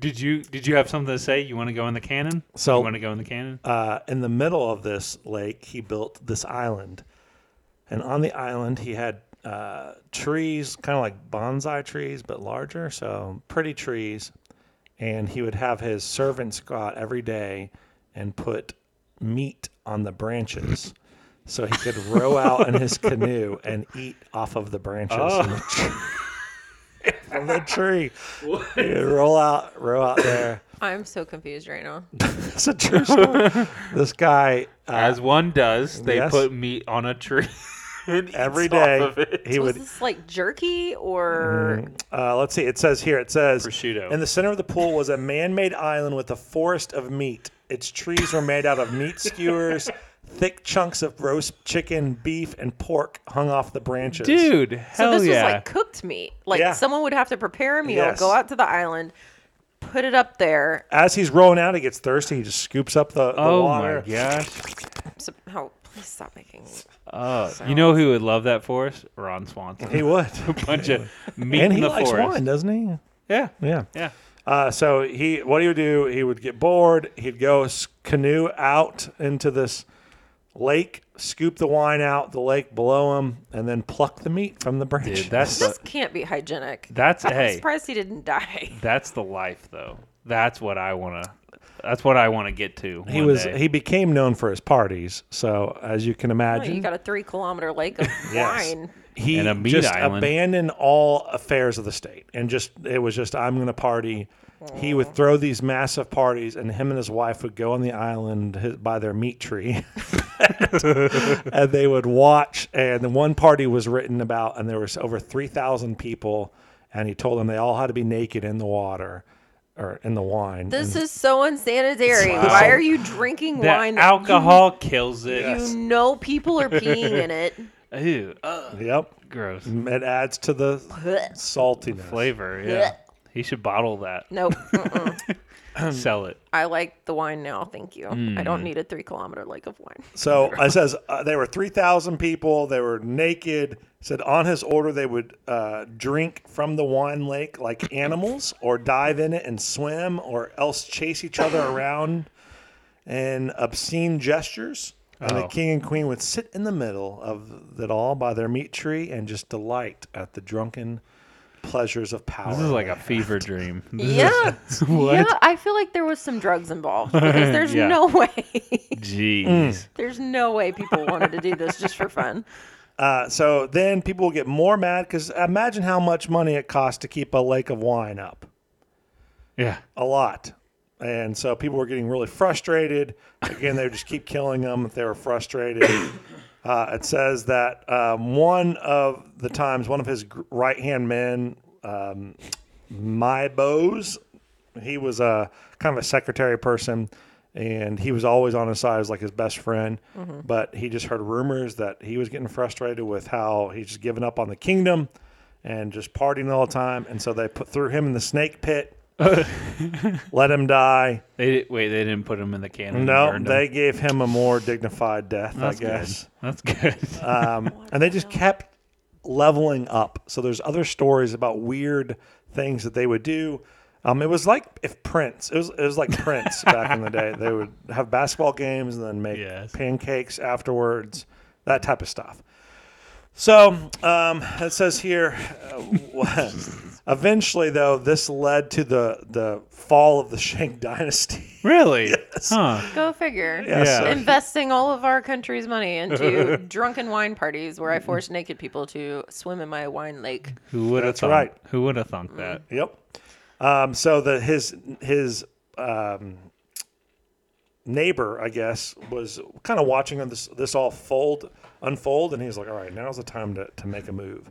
[SPEAKER 3] Did you did you have something to say? You want to go in the cannon?
[SPEAKER 1] So-
[SPEAKER 3] you want to go in the cannon?
[SPEAKER 1] uh, in the middle of this lake, he built this island. And on the island, he had uh, trees, kind of like bonsai trees, but larger. So pretty trees. And he would have his servants go out every day and put meat on the branches. So he could row out in his canoe and eat off of the branches from the tree- [laughs] from the tree. He would roll out, row out there.
[SPEAKER 2] I'm so confused right now.
[SPEAKER 1] It's a true story. This guy
[SPEAKER 3] As one does, they
[SPEAKER 1] yes.
[SPEAKER 3] put meat on a tree. [laughs] and
[SPEAKER 1] every
[SPEAKER 3] eats off
[SPEAKER 1] day
[SPEAKER 3] of it.
[SPEAKER 1] he
[SPEAKER 2] Was
[SPEAKER 1] would
[SPEAKER 2] this like jerky or.
[SPEAKER 3] Mm-hmm.
[SPEAKER 1] uh, let's see it says here it says
[SPEAKER 3] Prosciutto.
[SPEAKER 1] in the center of the pool was a man-made island with a forest of meat its trees were made out of meat skewers thick chunks of roast chicken beef and pork hung off the branches
[SPEAKER 3] Dude,
[SPEAKER 2] So
[SPEAKER 3] hell
[SPEAKER 2] this
[SPEAKER 3] yeah.
[SPEAKER 2] was like cooked meat. Like
[SPEAKER 1] Yeah.
[SPEAKER 2] someone would have to prepare a meal,
[SPEAKER 1] Yes.
[SPEAKER 2] go out to the island, put it up there.
[SPEAKER 1] as he's rolling out he gets thirsty he just scoops up the, the
[SPEAKER 3] oh
[SPEAKER 1] water
[SPEAKER 3] my gosh.
[SPEAKER 2] Somehow oh, Please stop making.
[SPEAKER 3] Oh, you
[SPEAKER 2] Sounds-
[SPEAKER 3] know who would love that for us? Ron Swanson.
[SPEAKER 1] He would.
[SPEAKER 3] [laughs] a bunch of meat
[SPEAKER 1] and
[SPEAKER 3] in
[SPEAKER 1] he
[SPEAKER 3] the
[SPEAKER 1] likes
[SPEAKER 3] forest.
[SPEAKER 1] wine, doesn't he?
[SPEAKER 3] Yeah,
[SPEAKER 1] Yeah.
[SPEAKER 3] yeah.
[SPEAKER 1] Uh, so he, what he would do, he would get bored. He'd go s- canoe out into this lake, scoop the wine out the lake below him, and then pluck the meat from the branch.
[SPEAKER 3] Dude, that's the,
[SPEAKER 2] This can't be hygienic.
[SPEAKER 3] that's
[SPEAKER 2] [laughs] I'm
[SPEAKER 3] hey,
[SPEAKER 2] surprised he didn't die. [laughs]
[SPEAKER 3] that's the life though. That's what I wanna. That's what I want to get to.
[SPEAKER 1] he
[SPEAKER 3] one
[SPEAKER 1] was.
[SPEAKER 3] day.
[SPEAKER 1] He became known for his parties. So as you can
[SPEAKER 2] Oh,
[SPEAKER 1] imagine,
[SPEAKER 2] you got a three kilometer
[SPEAKER 3] [laughs]
[SPEAKER 2] lake of wine.
[SPEAKER 1] he
[SPEAKER 3] And a meat
[SPEAKER 1] just
[SPEAKER 3] island.
[SPEAKER 1] abandoned all affairs of the state and just it was just I'm going to party. He would throw these massive parties, and him and his wife would go on the island hi- by their meat tree, [laughs] and they would watch. And the one party was written about, and there was over three thousand people, and he told them they all had to be naked in the water or in the wine.
[SPEAKER 2] This
[SPEAKER 1] and
[SPEAKER 2] is so unsanitary.
[SPEAKER 1] Wow.
[SPEAKER 2] Why are you drinking
[SPEAKER 3] that
[SPEAKER 2] wine? that
[SPEAKER 3] alcohol kills it.
[SPEAKER 2] You, you know people
[SPEAKER 3] [laughs]
[SPEAKER 2] are peeing in it.
[SPEAKER 3] Ew, ugh,
[SPEAKER 1] yep,
[SPEAKER 3] gross
[SPEAKER 1] it adds to the saltiness.
[SPEAKER 3] flavor. Yeah, he should bottle that,
[SPEAKER 2] Nope.
[SPEAKER 3] [laughs]
[SPEAKER 2] Mm-mm.
[SPEAKER 3] sell it.
[SPEAKER 2] I like the wine now. Thank you. I
[SPEAKER 3] Hmm.
[SPEAKER 2] don't need a three kilometer lake of wine.
[SPEAKER 1] So it says uh, there were 3,000 people. They were naked. It said on his order they would uh, drink from the wine lake like animals or dive in it and swim or else chase each other around in obscene gestures. And the
[SPEAKER 3] Oh.
[SPEAKER 1] king and queen would sit in the middle of it all by their meat tree and just delight at the drunken pleasures of power.
[SPEAKER 3] This is like a fever dream. This is-
[SPEAKER 1] [laughs]
[SPEAKER 2] Yeah.
[SPEAKER 3] What?
[SPEAKER 2] Yeah, I feel like there was some drugs involved because there's
[SPEAKER 3] Yeah.
[SPEAKER 2] no way. [laughs]
[SPEAKER 3] Jeez.
[SPEAKER 2] there's no way people wanted to do this just for fun.
[SPEAKER 1] Uh, so then people will get more mad because imagine how much money it costs to keep a lake of wine up.
[SPEAKER 3] Yeah.
[SPEAKER 1] a lot. And so people were getting really frustrated. Again, they would just keep killing them if they were frustrated. [coughs] Uh, it says that um, one of the times, one of his right hand men, um, My Bose, he was a kind of a secretary person and he was always on his side as like his best friend. But he just heard rumors that he was getting frustrated with how he's just given up on the kingdom and just partying all the time. And so they put threw him in the snake pit let him die.
[SPEAKER 3] They did, wait. They didn't put him in the cannon. and
[SPEAKER 1] No,
[SPEAKER 3] burned him.
[SPEAKER 1] they gave him a more dignified death,
[SPEAKER 3] That's
[SPEAKER 1] I guess.
[SPEAKER 3] Good. That's good.
[SPEAKER 1] Um, and they just kept leveling up. So there's other stories about weird things that they would do. Um, it was like if Prince, it was it was like
[SPEAKER 3] [laughs]
[SPEAKER 1] Prince back in the day. They would have basketball games and then make
[SPEAKER 3] Yes.
[SPEAKER 1] pancakes afterwards, that type of stuff. So um, it says here, uh, [laughs] eventually though, this led to the the fall of the Shang dynasty.
[SPEAKER 3] [laughs] really? Huh.
[SPEAKER 2] Go figure.
[SPEAKER 1] Yeah,
[SPEAKER 3] Yeah.
[SPEAKER 1] so-
[SPEAKER 2] Investing all of our country's money
[SPEAKER 1] [laughs]
[SPEAKER 2] into drunken wine parties where I force naked people to swim in my wine lake.
[SPEAKER 3] Who would have
[SPEAKER 1] That's
[SPEAKER 3] thought?
[SPEAKER 1] right.
[SPEAKER 3] Who would have thunk
[SPEAKER 1] [laughs]
[SPEAKER 3] that? [laughs]
[SPEAKER 1] Yep. Um, so the his his um, neighbor, I guess, was kind of watching on this this all fold unfold, and he's like, "All right, now's the time to to make a move."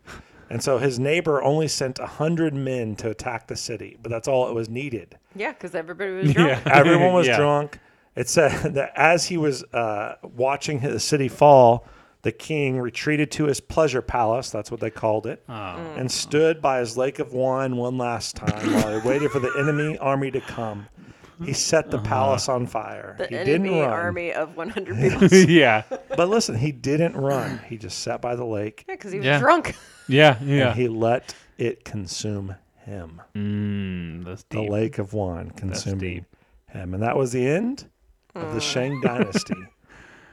[SPEAKER 1] And so his neighbor only sent a hundred men to attack the city, but that's all it was needed.
[SPEAKER 2] Yeah, because everybody was
[SPEAKER 3] [laughs]
[SPEAKER 1] [laughs]
[SPEAKER 2] drunk.
[SPEAKER 1] Everyone was
[SPEAKER 3] Yeah.
[SPEAKER 1] drunk. It said [laughs] that as he was uh, watching the city fall, the king retreated to his pleasure palace. That's what they called
[SPEAKER 3] Oh.
[SPEAKER 1] it.
[SPEAKER 2] Mm.
[SPEAKER 1] And stood by his lake of wine one last time while he waited for the enemy army to come. He set
[SPEAKER 3] Uh-huh.
[SPEAKER 1] the palace on fire.
[SPEAKER 2] The
[SPEAKER 1] he
[SPEAKER 2] enemy
[SPEAKER 1] didn't run.
[SPEAKER 2] army of 100
[SPEAKER 1] [laughs]
[SPEAKER 2] people. yeah,
[SPEAKER 3] yeah.
[SPEAKER 1] But listen, he didn't run. He just sat by the lake
[SPEAKER 2] because he was
[SPEAKER 3] Yeah.
[SPEAKER 2] drunk.
[SPEAKER 3] Yeah. Yeah.
[SPEAKER 1] and he let it consume him.
[SPEAKER 3] mm, that's
[SPEAKER 1] The
[SPEAKER 3] deep.
[SPEAKER 1] lake of wine consuming
[SPEAKER 3] deep.
[SPEAKER 1] him. And that was the end of the
[SPEAKER 2] Mm.
[SPEAKER 1] Shang dynasty. [laughs]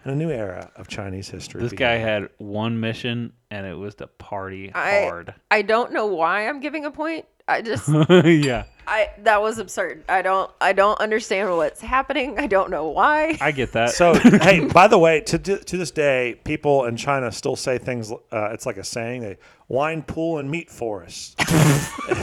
[SPEAKER 1] And a new era of Chinese history.
[SPEAKER 3] This guy had one mission, and it was to party
[SPEAKER 2] I,
[SPEAKER 3] hard. [laughs]
[SPEAKER 2] I don't know why I'm giving a point. I
[SPEAKER 1] [laughs]
[SPEAKER 2] just
[SPEAKER 3] yeah.
[SPEAKER 2] I that was absurd. I don't I don't understand what's happening. I don't know why.
[SPEAKER 3] I get that. [laughs]
[SPEAKER 1] So hey, by the way, to to this day, people in China still say things. Uh, it's like a saying: they wine pool and
[SPEAKER 3] [laughs]
[SPEAKER 1] meat forests.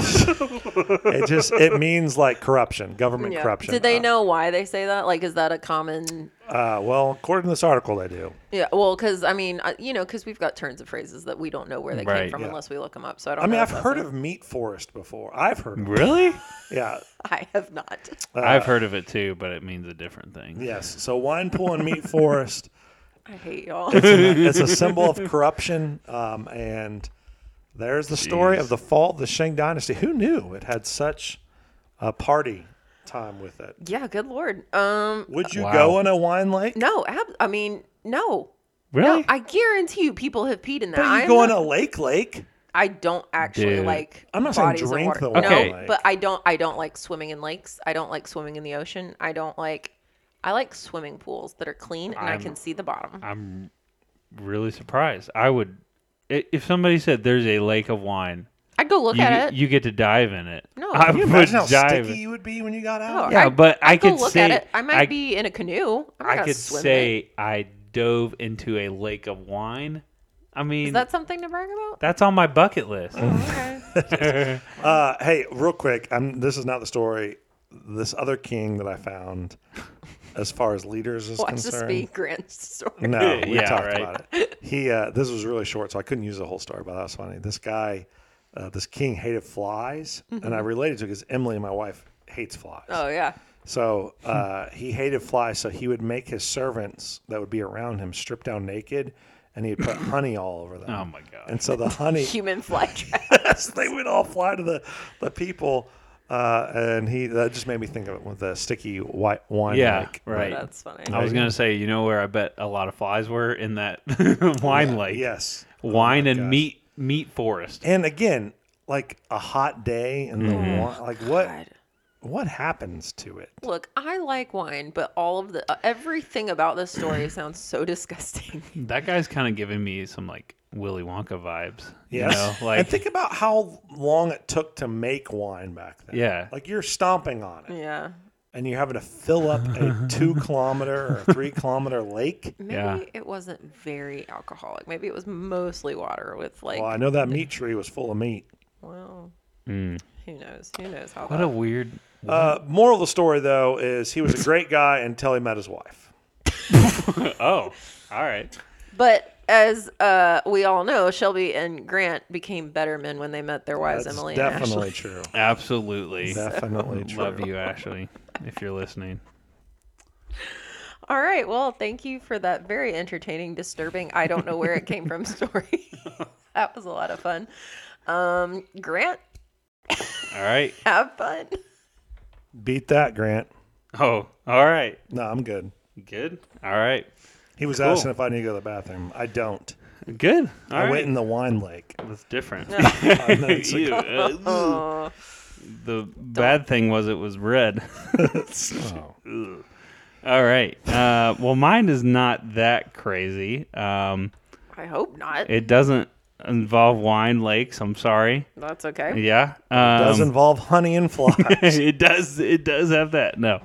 [SPEAKER 1] it just it means like corruption, government
[SPEAKER 2] Yeah.
[SPEAKER 1] corruption.
[SPEAKER 2] Did they
[SPEAKER 1] Uh,
[SPEAKER 2] know why they say that? Like, is that a common?
[SPEAKER 1] Uh, well, according to this article, they do.
[SPEAKER 2] Yeah. Well, because I mean, I- you know, because we've got turns of phrases that we don't know where they came
[SPEAKER 3] Right.
[SPEAKER 2] from
[SPEAKER 1] Yeah.
[SPEAKER 2] unless we look them up. So I don't.
[SPEAKER 1] I
[SPEAKER 2] know
[SPEAKER 1] mean,
[SPEAKER 2] if
[SPEAKER 1] I've
[SPEAKER 2] that's
[SPEAKER 1] heard
[SPEAKER 2] a-
[SPEAKER 1] of meat forest before. I've heard. Of it.
[SPEAKER 3] really?
[SPEAKER 1] Yeah.
[SPEAKER 2] I have not. [laughs]
[SPEAKER 1] Uh,
[SPEAKER 3] I've heard of it too, but it means a different thing.
[SPEAKER 1] Yes. So wine pool and meat forest.
[SPEAKER 2] I hate y'all. [laughs]
[SPEAKER 3] [laughs]
[SPEAKER 1] it's a symbol of corruption. Um, and there's the story
[SPEAKER 3] Jeez.
[SPEAKER 1] of the fall of the Shang dynasty. Who knew it had such a party time with it?
[SPEAKER 2] yeah. Good lord. Um.
[SPEAKER 1] Would you
[SPEAKER 3] Wow.
[SPEAKER 1] go on a wine lake?
[SPEAKER 2] No. Ab- I mean, no.
[SPEAKER 1] Really?
[SPEAKER 2] No, I guarantee you people have peed in that.
[SPEAKER 1] but you
[SPEAKER 2] I'm
[SPEAKER 1] go on
[SPEAKER 2] not-
[SPEAKER 1] a lake, lake.
[SPEAKER 2] I don't actually
[SPEAKER 3] Dude.
[SPEAKER 2] like.
[SPEAKER 1] I'm not saying
[SPEAKER 2] bodies of
[SPEAKER 1] drink
[SPEAKER 2] water.
[SPEAKER 1] the
[SPEAKER 3] Okay.
[SPEAKER 1] water.
[SPEAKER 2] No, but I don't. I don't like swimming in lakes. I don't like swimming in the ocean. I don't like. I like swimming pools that are clean and i
[SPEAKER 3] I'm-
[SPEAKER 2] can see the bottom.
[SPEAKER 3] I'm really surprised. I would, i- if somebody said there's a lake of wine,
[SPEAKER 2] I'd go look
[SPEAKER 3] you,
[SPEAKER 2] at it.
[SPEAKER 3] you get to dive in it.
[SPEAKER 2] No.
[SPEAKER 3] I
[SPEAKER 2] Can
[SPEAKER 1] Can you
[SPEAKER 3] would
[SPEAKER 1] imagine how
[SPEAKER 3] dive.
[SPEAKER 1] sticky you would be when you got
[SPEAKER 2] Oh,
[SPEAKER 1] out?
[SPEAKER 3] yeah,
[SPEAKER 2] I'd-
[SPEAKER 3] but I
[SPEAKER 2] I'd go
[SPEAKER 3] could
[SPEAKER 2] look
[SPEAKER 3] say
[SPEAKER 2] at it. I might
[SPEAKER 3] I,
[SPEAKER 2] be in a canoe. I'm not
[SPEAKER 3] I
[SPEAKER 2] gonna
[SPEAKER 3] could
[SPEAKER 2] swim in
[SPEAKER 3] say
[SPEAKER 2] it.
[SPEAKER 3] I dove into a lake of wine. I mean,
[SPEAKER 2] Is Uh-huh. that something to brag
[SPEAKER 3] [laughs]
[SPEAKER 2] about?
[SPEAKER 3] that's on my bucket list.
[SPEAKER 2] Okay.
[SPEAKER 1] Uh, hey, real quick, I'm, this is not the story. This other king that I found, as far as leaders is
[SPEAKER 2] Watch this
[SPEAKER 1] concerned,
[SPEAKER 2] be Grant's story.
[SPEAKER 1] No, we
[SPEAKER 3] Yeah,
[SPEAKER 1] talked
[SPEAKER 3] right.
[SPEAKER 1] about it. He uh, this was really short, so I couldn't use the whole story, but that was funny. This guy, uh, this king, hated flies, and
[SPEAKER 3] Mm-hmm.
[SPEAKER 1] I related to it because Emily, my wife, hates flies.
[SPEAKER 2] Oh yeah.
[SPEAKER 3] [laughs]
[SPEAKER 1] So uh, he hated flies, so he would make his servants that would be around him strip down naked, and
[SPEAKER 3] [coughs]
[SPEAKER 1] he'd put honey all over them.
[SPEAKER 3] Oh my god.
[SPEAKER 1] And
[SPEAKER 3] [laughs]
[SPEAKER 1] so the honey,
[SPEAKER 2] Human fly trap.
[SPEAKER 1] so they would all fly to the the people. Uh, and he that just made me think of it with the sticky white wine.
[SPEAKER 3] Yeah,
[SPEAKER 1] like,
[SPEAKER 3] right.
[SPEAKER 2] That's funny.
[SPEAKER 3] I was gonna say, you know where I bet a lot of flies were in that [laughs] wine lake.
[SPEAKER 1] Yes.
[SPEAKER 3] wine and
[SPEAKER 1] Oh gosh.
[SPEAKER 3] meat meat forest.
[SPEAKER 1] And again, like a hot day and the
[SPEAKER 3] Mm.
[SPEAKER 1] wa- like what
[SPEAKER 2] God.
[SPEAKER 1] what happens to it?
[SPEAKER 2] Look, I like wine, but all of the uh, everything about this story [laughs] sounds so disgusting. [laughs]
[SPEAKER 3] That guy's kind of giving me some like Willy Wonka vibes.
[SPEAKER 1] Yes.
[SPEAKER 3] You know, like
[SPEAKER 1] and think about how long it took to make wine back then.
[SPEAKER 3] Yeah.
[SPEAKER 1] Like you're stomping on it
[SPEAKER 2] yeah.
[SPEAKER 1] and you're having to fill up
[SPEAKER 3] [laughs]
[SPEAKER 1] a two kilometer or three kilometer lake.
[SPEAKER 2] Maybe
[SPEAKER 3] Yeah.
[SPEAKER 2] it wasn't very alcoholic. Maybe it was mostly water with like
[SPEAKER 1] Well, I know that meat tree was full of meat.
[SPEAKER 2] well,
[SPEAKER 3] Mm.
[SPEAKER 2] who knows? Who knows how
[SPEAKER 3] what
[SPEAKER 2] that-
[SPEAKER 3] a weird.
[SPEAKER 1] Uh, moral of the story though is he was a great guy until he met his wife.
[SPEAKER 3] Oh, all right.
[SPEAKER 2] But as uh, we all know, Shelby and Grant became better men when they met their wives,
[SPEAKER 1] That's
[SPEAKER 2] Emily and Ashley. [laughs]
[SPEAKER 1] definitely true.
[SPEAKER 3] Absolutely.
[SPEAKER 1] Definitely
[SPEAKER 3] [laughs]
[SPEAKER 1] true.
[SPEAKER 3] Love you, Ashley, if you're listening.
[SPEAKER 2] All right. Well, thank you for that very entertaining, disturbing, I don't know where it came from
[SPEAKER 3] [laughs]
[SPEAKER 2] [laughs] story. that was a lot of fun. Um, Grant,
[SPEAKER 3] All right.
[SPEAKER 2] have fun.
[SPEAKER 1] Beat that, Grant.
[SPEAKER 3] Oh, all right.
[SPEAKER 1] No, I'm good.
[SPEAKER 3] Good. All right.
[SPEAKER 1] He was asking if I need to go to the bathroom. I don't.
[SPEAKER 3] Good. All
[SPEAKER 1] I
[SPEAKER 3] right. Um,
[SPEAKER 1] went in the wine lake.
[SPEAKER 3] That's different. [laughs]
[SPEAKER 1] it's
[SPEAKER 3] Ew, uh,
[SPEAKER 2] Oh,
[SPEAKER 3] the bad thing was it was red. [laughs]
[SPEAKER 1] Oh.
[SPEAKER 3] All right. Uh, well, mine is not that crazy. Um,
[SPEAKER 2] I hope not.
[SPEAKER 3] it doesn't involve wine lakes. I'm sorry.
[SPEAKER 2] That's okay.
[SPEAKER 3] Yeah. Um,
[SPEAKER 1] does involve honey and
[SPEAKER 3] [laughs]
[SPEAKER 1] flies.
[SPEAKER 3] it does. It does have that. No.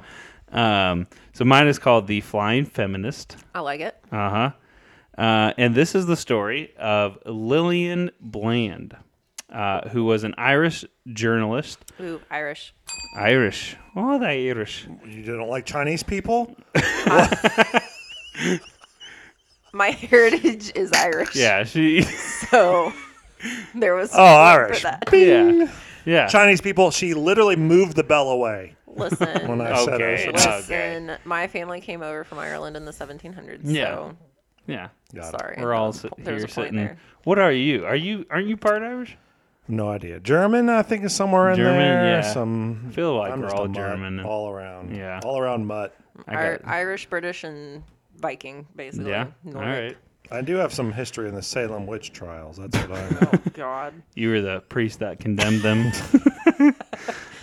[SPEAKER 3] Um, so mine is called the Flying Feminist.
[SPEAKER 2] I like it.
[SPEAKER 3] Uh-huh. Uh, and this is the story of Lillian Bland, uh, who was an Irish journalist.
[SPEAKER 2] Ooh, Irish.
[SPEAKER 3] Irish. Oh, the Irish.
[SPEAKER 1] you don't like Chinese people?
[SPEAKER 2] My [laughs] heritage is Irish.
[SPEAKER 3] Yeah, she. [laughs]
[SPEAKER 2] So there was.
[SPEAKER 1] Oh, Irish.
[SPEAKER 2] For
[SPEAKER 3] [laughs]
[SPEAKER 2] that.
[SPEAKER 3] yeah. Yeah.
[SPEAKER 1] Chinese people, she literally moved the bell away
[SPEAKER 2] Listen.
[SPEAKER 1] when I said
[SPEAKER 3] Okay.
[SPEAKER 1] it.
[SPEAKER 3] Oh,
[SPEAKER 2] Listen, my family came over from Ireland in the 1700s.
[SPEAKER 3] Yeah.
[SPEAKER 2] So
[SPEAKER 3] Yeah.
[SPEAKER 1] Got it.
[SPEAKER 2] sorry,
[SPEAKER 3] We're all
[SPEAKER 2] There's
[SPEAKER 3] sit-
[SPEAKER 2] a po- there's
[SPEAKER 3] here
[SPEAKER 2] a point
[SPEAKER 3] sitting.
[SPEAKER 2] there.
[SPEAKER 3] What are you? Are you? Aren't you part Irish?
[SPEAKER 1] No idea. German, I think, is somewhere in
[SPEAKER 3] German,
[SPEAKER 1] there.
[SPEAKER 3] yeah.
[SPEAKER 1] Some.
[SPEAKER 3] I feel like
[SPEAKER 1] I'm
[SPEAKER 3] we're
[SPEAKER 1] just a
[SPEAKER 3] all
[SPEAKER 1] mutt
[SPEAKER 3] German. and-
[SPEAKER 1] all around.
[SPEAKER 3] Yeah.
[SPEAKER 1] all around mutt.
[SPEAKER 3] I
[SPEAKER 2] Ir-
[SPEAKER 3] got-
[SPEAKER 2] Irish, British, and Viking, basically.
[SPEAKER 3] yeah. All
[SPEAKER 2] Nordic.
[SPEAKER 3] right.
[SPEAKER 1] I do have some history in the Salem witch trials. That's what I
[SPEAKER 3] [laughs]
[SPEAKER 1] know.
[SPEAKER 2] Oh God.
[SPEAKER 3] You were the priest that condemned them.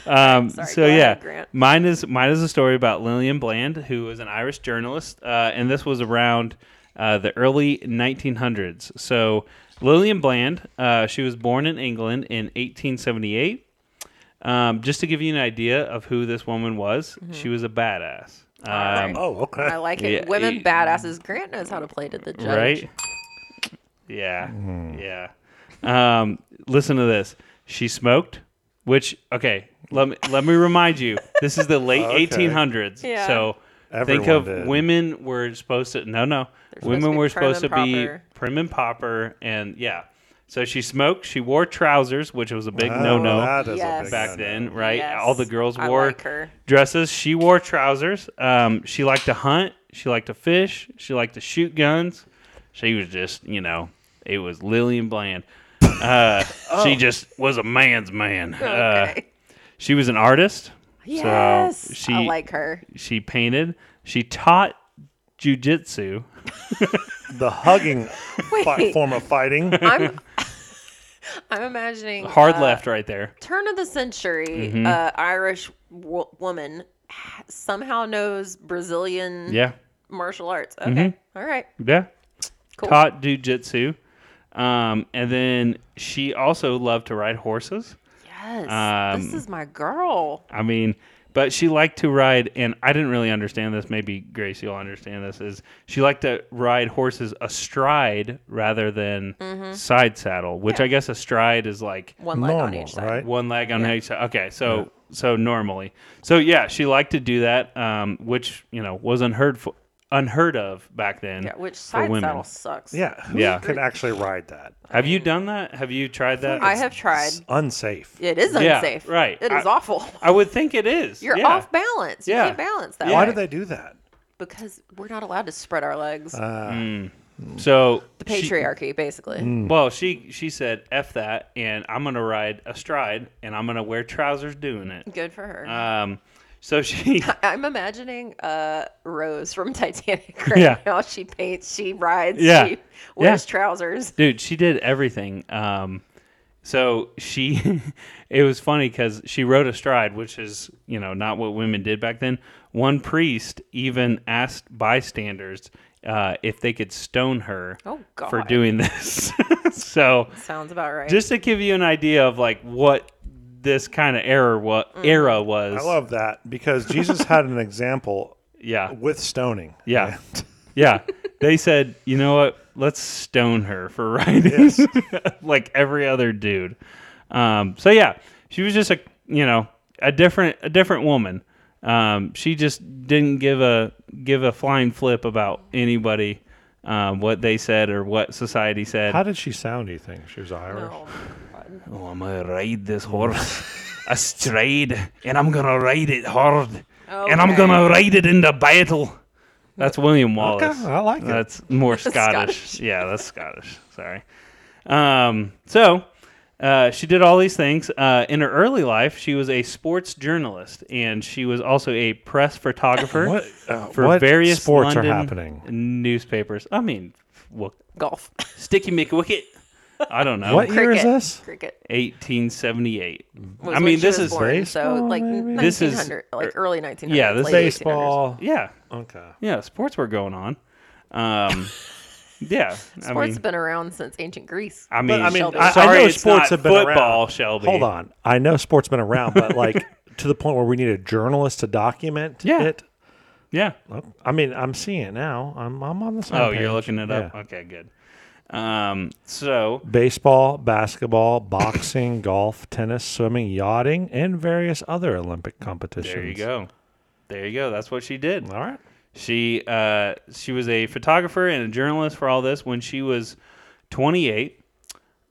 [SPEAKER 3] um,
[SPEAKER 2] Sorry,
[SPEAKER 3] so
[SPEAKER 2] go
[SPEAKER 3] yeah,
[SPEAKER 2] ahead, Grant.
[SPEAKER 3] mine is mine is a story about Lillian Bland, who was an Irish journalist, uh, and this was around uh, the early 1900s. So Lillian Bland, uh, she was born in England in 1878. Um, just to give you an idea of who this woman was,
[SPEAKER 2] Mm-hmm.
[SPEAKER 3] she was a badass. Um,
[SPEAKER 2] Alright.
[SPEAKER 1] oh, okay.
[SPEAKER 2] I like it.
[SPEAKER 3] Yeah,
[SPEAKER 2] Women
[SPEAKER 3] y-
[SPEAKER 2] badasses. Grant knows how to play to the judge.
[SPEAKER 3] Right? Yeah.
[SPEAKER 1] Hmm.
[SPEAKER 3] Yeah. Um, listen to this. She smoked, which okay, let me let me remind you, this is the late
[SPEAKER 1] Okay.
[SPEAKER 3] 1800s.
[SPEAKER 2] Yeah.
[SPEAKER 3] So
[SPEAKER 1] Everyone
[SPEAKER 3] think of
[SPEAKER 1] did.
[SPEAKER 3] women were supposed to no no
[SPEAKER 2] supposed to
[SPEAKER 3] women
[SPEAKER 2] be
[SPEAKER 3] were
[SPEAKER 2] prim
[SPEAKER 3] supposed to
[SPEAKER 2] and
[SPEAKER 3] be
[SPEAKER 2] proper.
[SPEAKER 3] prim and proper and yeah. So she smoked. She wore trousers, which was a big
[SPEAKER 1] Oh,
[SPEAKER 3] no no
[SPEAKER 1] that is a
[SPEAKER 2] Yes.
[SPEAKER 1] big
[SPEAKER 3] back
[SPEAKER 1] no-no.
[SPEAKER 3] then, right?
[SPEAKER 2] Yes.
[SPEAKER 3] All the girls
[SPEAKER 2] I
[SPEAKER 3] wore
[SPEAKER 2] like her.
[SPEAKER 3] dresses. She wore trousers. Um, she liked to hunt. She liked to fish. She liked to shoot guns. She was just, you know, it was Lillian Bland. Uh,
[SPEAKER 2] [laughs]
[SPEAKER 3] She just was a man's man. Uh,
[SPEAKER 2] Oh. Okay.
[SPEAKER 3] she was an artist.
[SPEAKER 2] yes.
[SPEAKER 3] she- [laughs]
[SPEAKER 2] I like her.
[SPEAKER 3] She painted. She taught jujitsu.
[SPEAKER 1] the
[SPEAKER 2] [laughs]
[SPEAKER 1] hugging fi-
[SPEAKER 2] Wait.
[SPEAKER 1] form of
[SPEAKER 3] [laughs]
[SPEAKER 1] fighting.
[SPEAKER 2] I'm [laughs] I'm imagining
[SPEAKER 3] Hard
[SPEAKER 2] uh,
[SPEAKER 3] left right there.
[SPEAKER 2] turn of the century
[SPEAKER 3] Mm-hmm.
[SPEAKER 2] uh, Irish wo- woman somehow knows Brazilian
[SPEAKER 3] Yeah. Mm-hmm.
[SPEAKER 2] martial arts. Okay, All right,
[SPEAKER 3] Yeah.
[SPEAKER 2] cool.
[SPEAKER 3] Taught jujitsu. Um, and then she also loved to ride horses.
[SPEAKER 2] yes, this
[SPEAKER 3] um,
[SPEAKER 2] is my girl.
[SPEAKER 3] I mean, but she liked to ride, and I didn't really understand this. Maybe Grace, you'll understand this. Is she liked to ride horses astride rather than
[SPEAKER 2] Mm-hmm.
[SPEAKER 3] side saddle? Which I guess astride is like
[SPEAKER 2] One leg on
[SPEAKER 1] Normal,
[SPEAKER 2] each side.
[SPEAKER 1] right?
[SPEAKER 3] one leg on each side. Okay, so so normally, so yeah, she liked to do that, um, which you know was unheard for, unheard of back then.
[SPEAKER 2] Yeah, which
[SPEAKER 3] for
[SPEAKER 2] side
[SPEAKER 3] women.
[SPEAKER 2] saddle sucks.
[SPEAKER 1] Yeah, who
[SPEAKER 3] Yeah.
[SPEAKER 1] could actually ride that?
[SPEAKER 3] Have you done that? Have you tried that?
[SPEAKER 2] I have tried.
[SPEAKER 1] It's unsafe.
[SPEAKER 2] It is
[SPEAKER 3] Yeah,
[SPEAKER 2] unsafe.
[SPEAKER 3] right.
[SPEAKER 2] It is
[SPEAKER 3] I-
[SPEAKER 2] awful.
[SPEAKER 3] I would think it is.
[SPEAKER 2] You're
[SPEAKER 3] yeah.
[SPEAKER 2] off balance. You
[SPEAKER 3] Yeah.
[SPEAKER 2] can't balance that.
[SPEAKER 1] Why
[SPEAKER 2] way.
[SPEAKER 1] do they do that?
[SPEAKER 2] Because we're not allowed to spread our legs.
[SPEAKER 3] So
[SPEAKER 2] the
[SPEAKER 3] Uh, she- mm.
[SPEAKER 2] patriarchy, basically.
[SPEAKER 3] Well, she she said f that, and I'm gonna ride astride, and I'm gonna wear trousers doing it.
[SPEAKER 2] Good for her.
[SPEAKER 3] Um, so she
[SPEAKER 2] [laughs] I'm imagining uh, Rose from [laughs] Titanic right
[SPEAKER 3] Yeah.
[SPEAKER 2] now. She paints, she rides,
[SPEAKER 3] Yeah.
[SPEAKER 2] she wears
[SPEAKER 3] Yeah.
[SPEAKER 2] trousers.
[SPEAKER 3] dude she did everything um so she [laughs] it was funny because she rode astride which is you know not what women did back then one priest even asked bystanders uh, if they could stone her
[SPEAKER 2] Oh,
[SPEAKER 3] for
[SPEAKER 2] God.
[SPEAKER 3] doing [laughs] this so
[SPEAKER 2] Sounds about right.
[SPEAKER 3] just to give you an idea of like what this kind of era what
[SPEAKER 2] Mm.
[SPEAKER 3] era was
[SPEAKER 1] I love that because Jesus had an example
[SPEAKER 3] yeah
[SPEAKER 1] with stoning.
[SPEAKER 3] Yeah. Yeah. they said, you know what? Let's stone her for [laughs] riding like every other dude. Um, so yeah, she was just a you know a different a different woman. Um, she just didn't give a give a flying flip about anybody, um, what they said or what society said.
[SPEAKER 1] How did she sound? Do you think she was Irish?
[SPEAKER 2] Oh, God.
[SPEAKER 3] oh, I'm gonna ride this horse astride, and I'm gonna ride it hard, and I'm
[SPEAKER 2] Okay.
[SPEAKER 3] gonna ride it into battle. That's William Wallace.
[SPEAKER 1] I like it.
[SPEAKER 3] That's more Scottish. [laughs]
[SPEAKER 2] Scottish.
[SPEAKER 3] Yeah, that's Scottish. Sorry. Um, so uh, she did all these things. Uh, in her early life, she was a sports journalist, and she was also a press photographer
[SPEAKER 1] What, uh,
[SPEAKER 3] for
[SPEAKER 1] what
[SPEAKER 3] various
[SPEAKER 1] sports
[SPEAKER 3] London
[SPEAKER 1] are happening?
[SPEAKER 3] newspapers. I mean, well,
[SPEAKER 2] Golf. [laughs]
[SPEAKER 3] Sticky Mick Wicket. I don't know.
[SPEAKER 1] What year is
[SPEAKER 2] Cricket.
[SPEAKER 1] this?
[SPEAKER 2] Cricket.
[SPEAKER 3] 1878.
[SPEAKER 2] was
[SPEAKER 3] I
[SPEAKER 2] when
[SPEAKER 3] mean,
[SPEAKER 2] she
[SPEAKER 3] this is
[SPEAKER 2] was born, so
[SPEAKER 1] Baseball,
[SPEAKER 2] like
[SPEAKER 1] maybe?
[SPEAKER 2] 1900,
[SPEAKER 3] This is-
[SPEAKER 2] like early 1900s.
[SPEAKER 3] Yeah, this is
[SPEAKER 2] late 1800s.
[SPEAKER 1] Baseball.
[SPEAKER 3] yeah,
[SPEAKER 1] Okay.
[SPEAKER 3] yeah. Sports were going on. [laughs] Um, yeah, I
[SPEAKER 2] Sports
[SPEAKER 3] mean, Ah,
[SPEAKER 2] been around since ancient Greece.
[SPEAKER 3] I mean,
[SPEAKER 1] But, I mean,
[SPEAKER 2] Shelby.
[SPEAKER 1] I,
[SPEAKER 3] sorry,
[SPEAKER 1] I know
[SPEAKER 3] it's
[SPEAKER 1] sports
[SPEAKER 3] not
[SPEAKER 1] have been
[SPEAKER 3] football,
[SPEAKER 1] around.
[SPEAKER 3] Shelby.
[SPEAKER 1] Hold on, I know sports been around, but like [laughs] to the point where we need a journalist to document
[SPEAKER 3] Yeah.
[SPEAKER 1] it.
[SPEAKER 3] Yeah.
[SPEAKER 1] I mean, I'm seeing it now. I'm I'm on the same.
[SPEAKER 3] Oh,
[SPEAKER 1] page.
[SPEAKER 3] you're looking it up.
[SPEAKER 1] Yeah.
[SPEAKER 3] Okay, good. Um, so
[SPEAKER 1] Baseball, basketball, boxing, [laughs] golf, tennis, swimming, yachting, and various other Olympic competitions.
[SPEAKER 3] there you go. There you go. That's what she did.
[SPEAKER 1] All right.
[SPEAKER 3] She uh, she was a photographer and a journalist for all this. When she was 28,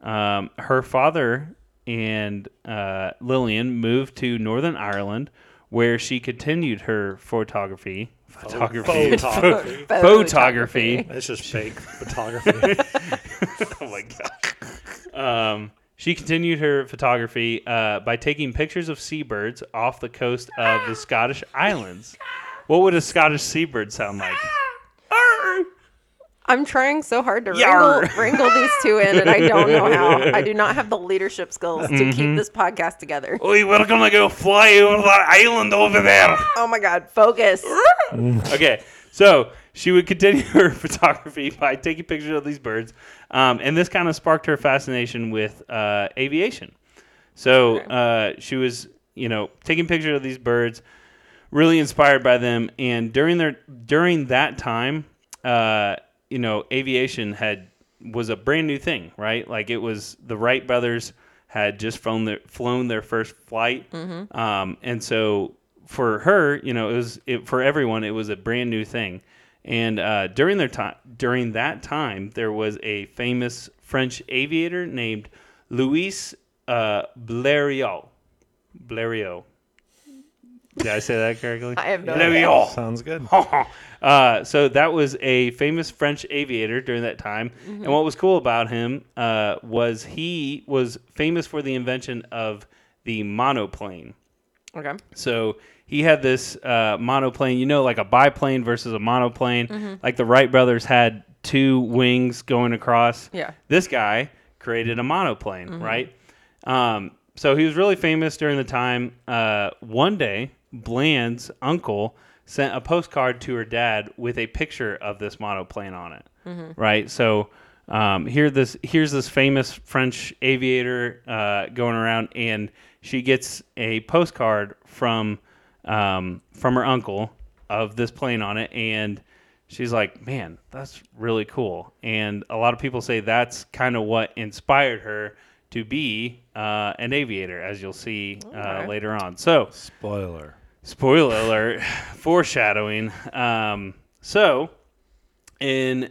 [SPEAKER 3] um, her father and uh, Lillian moved to Northern Ireland, where she continued her photography. Photography.
[SPEAKER 1] Photography.
[SPEAKER 3] Photography. [laughs]
[SPEAKER 1] That's just fake photography.
[SPEAKER 3] oh my god. Um, she continued her photography uh, by taking pictures of seabirds off the coast of the Scottish Islands. What would a Scottish seabird sound like?
[SPEAKER 2] I'm trying so hard to
[SPEAKER 3] Yar.
[SPEAKER 2] wrangle, wrangle these two in, and I don't know how. I do not have the leadership skills to
[SPEAKER 3] Mm-hmm.
[SPEAKER 2] keep this podcast together.
[SPEAKER 3] Oi, we're gonna go fly over that island over there.
[SPEAKER 2] Oh my God,
[SPEAKER 3] [laughs]
[SPEAKER 2] focus.
[SPEAKER 3] okay, so she would continue [laughs] her photography by taking pictures of these birds, um, and this kind of sparked her fascination with uh, aviation. So uh, she was, you know, taking pictures of these birds, really inspired by them, and during their during that time, uh, you know, aviation had was a brand new thing, right? Like it was the Wright brothers had just flown their flown their first flight, um, and so for her, you know, it was it, for everyone. It was a brand new thing, and uh, during their time, during that time, there was a famous French aviator named Louis uh, Blériot. Blériot. Did I say that correctly?
[SPEAKER 2] [laughs] I have no
[SPEAKER 3] Blériot.
[SPEAKER 1] Sounds good.
[SPEAKER 3] [laughs] Uh, so that was a famous French aviator during that time.
[SPEAKER 2] Mm-hmm.
[SPEAKER 3] And what was cool about him uh, was he was famous for the invention of the monoplane.
[SPEAKER 2] Okay.
[SPEAKER 3] So he had
[SPEAKER 2] Mm-hmm.
[SPEAKER 3] this uh, monoplane, you know, like a biplane versus a monoplane. Like the Wright brothers had two wings going across.
[SPEAKER 2] Yeah.
[SPEAKER 3] This guy created a monoplane, right? Um, so he was really famous during the time. Uh, one day, Bland's uncle sent a postcard to her dad with a picture of this monoplane on it, right? So um, here this here's this famous French aviator uh, going around, and she gets a postcard from um, from her uncle of this plane on it, and she's like, "Man, that's really cool." And a lot of people say that's kind of what inspired her to be uh, an aviator, as you'll see uh,
[SPEAKER 2] Okay.
[SPEAKER 3] later on. So,
[SPEAKER 1] Spoiler.
[SPEAKER 3] spoiler alert, [sighs] foreshadowing. Um, so, in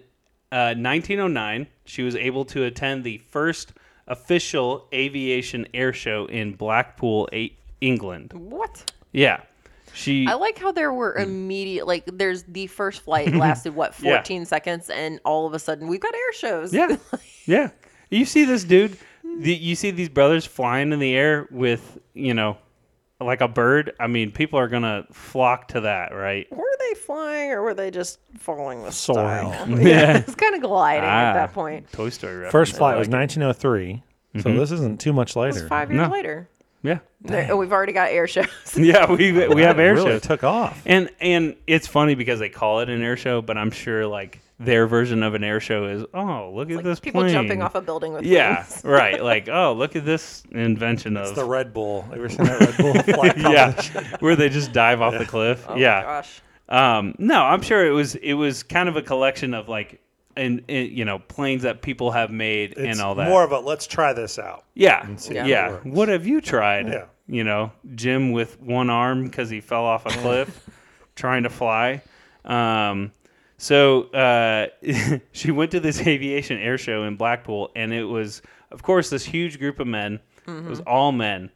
[SPEAKER 3] uh, 1909, she was able to attend the first official aviation air show in Blackpool, A- England.
[SPEAKER 2] What?
[SPEAKER 3] Yeah, she.
[SPEAKER 2] I like how there were immediate like there's the first flight lasted
[SPEAKER 3] [laughs]
[SPEAKER 2] what
[SPEAKER 3] Yeah.
[SPEAKER 2] 14 seconds and all of a sudden we've got air shows. [laughs]
[SPEAKER 3] Yeah. yeah. You see this dude, the, you see these brothers flying in the air with, you know, like a bird. I mean, people are going to flock to that, right?
[SPEAKER 2] were they flying or were they just following the
[SPEAKER 1] Soaring.
[SPEAKER 3] [laughs]
[SPEAKER 2] style? Yeah. it's kind of gliding at
[SPEAKER 3] Ah.
[SPEAKER 2] that point.
[SPEAKER 3] Toy Story reference.
[SPEAKER 1] First
[SPEAKER 3] I
[SPEAKER 1] flight was
[SPEAKER 3] like Mm-hmm.
[SPEAKER 1] 1903, so this isn't too much
[SPEAKER 2] It was
[SPEAKER 1] later.
[SPEAKER 2] five years
[SPEAKER 3] No.
[SPEAKER 2] later.
[SPEAKER 3] it. Yeah. [laughs]
[SPEAKER 2] There, we've already got air shows.
[SPEAKER 3] Yeah, we, we have
[SPEAKER 1] It
[SPEAKER 3] air
[SPEAKER 1] really
[SPEAKER 3] shows.
[SPEAKER 1] took off.
[SPEAKER 3] And and it's funny because they call it an air show, but I'm sure like their version of an air show is, oh, look at [laughs]
[SPEAKER 2] Like,
[SPEAKER 3] this
[SPEAKER 2] people
[SPEAKER 3] plane.
[SPEAKER 2] jumping off a building with
[SPEAKER 3] [laughs] Yeah,
[SPEAKER 2] wings.
[SPEAKER 3] [laughs] right. Like, oh, look at this invention of
[SPEAKER 1] It's the Red Bull. Ever seen that Red Bull flight?
[SPEAKER 3] [laughs] yeah, where they just dive off the cliff.
[SPEAKER 2] Oh my
[SPEAKER 3] yeah,
[SPEAKER 2] gosh.
[SPEAKER 3] Um, no, I'm sure it was it was kind of a collection of like and and, you know planes that people have made and all that.
[SPEAKER 1] More of a let's try this out.
[SPEAKER 3] yeah,
[SPEAKER 1] see
[SPEAKER 3] yeah.
[SPEAKER 1] how it works.
[SPEAKER 3] What have you tried?
[SPEAKER 1] Yeah.
[SPEAKER 3] You know, Jim with one arm because he fell off a cliff trying to fly. Um, so uh, [laughs] she went to this [laughs] aviation air show in Blackpool, and it was, of course, this huge group of men. It was all men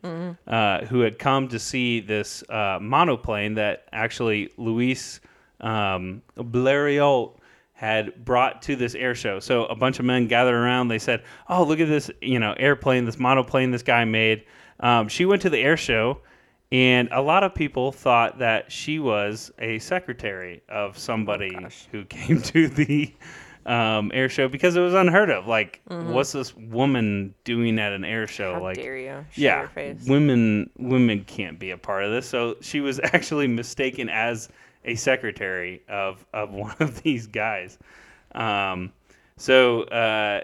[SPEAKER 3] uh, who had come to see this uh, monoplane that actually Luis um, Blériot had brought to this air show. So a bunch of men gathered around. They said, "Oh, look at this! You know, airplane, this monoplane this guy made." Um, she went to the air show, and a lot of people thought that she was a secretary
[SPEAKER 2] Oh,
[SPEAKER 3] of somebody who [laughs] came to the um, air show because it was unheard of. Like, what's this woman doing at an air show?
[SPEAKER 2] Mm-hmm. How
[SPEAKER 3] like,
[SPEAKER 2] dare you? Show
[SPEAKER 3] yeah,
[SPEAKER 2] Your face.
[SPEAKER 3] women women can't be a part of this. So she was [laughs] actually mistaken as a secretary of of [laughs] one of these guys. Um, so uh,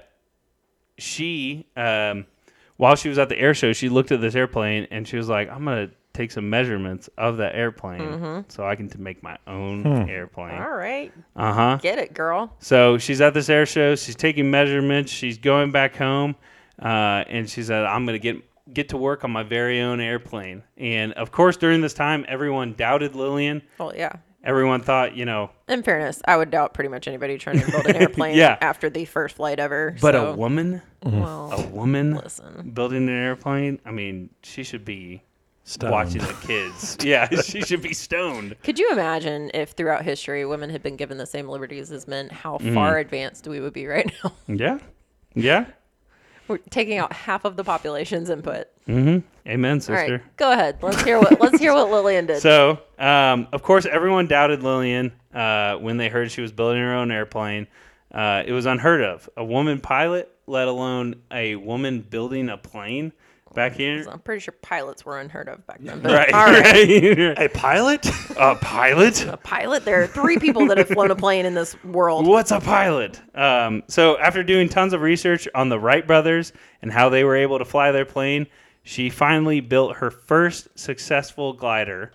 [SPEAKER 3] she, um, while she was at the air show, she looked at this airplane and she was like, "I'm gonna take some measurements of that airplane so I can t- make my own airplane." [laughs]
[SPEAKER 2] Mm-hmm. All right.
[SPEAKER 3] Uh huh.
[SPEAKER 2] Get it, girl.
[SPEAKER 3] So she's at this air show. She's taking measurements. She's going back home, uh, and she said, "I'm gonna get get to work on my very own airplane." And of course, during this time, everyone doubted Lillian.
[SPEAKER 2] Well, yeah.
[SPEAKER 3] Everyone thought, you know,
[SPEAKER 2] In fairness, I would doubt pretty much anybody trying to
[SPEAKER 3] [laughs]
[SPEAKER 2] build an airplane
[SPEAKER 3] Yeah.
[SPEAKER 2] after the first flight ever.
[SPEAKER 3] but
[SPEAKER 2] so,
[SPEAKER 3] a Mm. Oh. woman,
[SPEAKER 2] [laughs]
[SPEAKER 3] a
[SPEAKER 2] well,
[SPEAKER 3] woman
[SPEAKER 2] listen.
[SPEAKER 3] building an airplane. I mean, she should be
[SPEAKER 1] Stoned.
[SPEAKER 3] watching the kids. [laughs] yeah, she should be stoned.
[SPEAKER 2] Could you imagine if throughout history women had been given the same liberties as men, how
[SPEAKER 3] Mm.
[SPEAKER 2] far advanced we would be right now? [laughs]
[SPEAKER 3] Yeah, yeah.
[SPEAKER 2] We're taking out half of the population's input.
[SPEAKER 3] Amen,
[SPEAKER 2] All
[SPEAKER 3] sister.
[SPEAKER 2] right, go ahead. Let's hear what let's
[SPEAKER 3] [laughs]
[SPEAKER 2] hear what Lillian did.
[SPEAKER 3] So, um, of course, everyone doubted Lillian uh, when they heard she was building her own airplane. Uh, it was unheard of. A woman pilot, let alone a woman building a plane back here.
[SPEAKER 2] I'm pretty sure pilots were unheard of back then. But
[SPEAKER 3] Right. [laughs]
[SPEAKER 2] All right.
[SPEAKER 1] A pilot?
[SPEAKER 3] a pilot?
[SPEAKER 2] A pilot. There are three people that have flown a plane in this world.
[SPEAKER 3] What's a pilot? Um, so, after doing tons of research on the Wright brothers and how they were able to fly their plane, she finally built her first successful glider.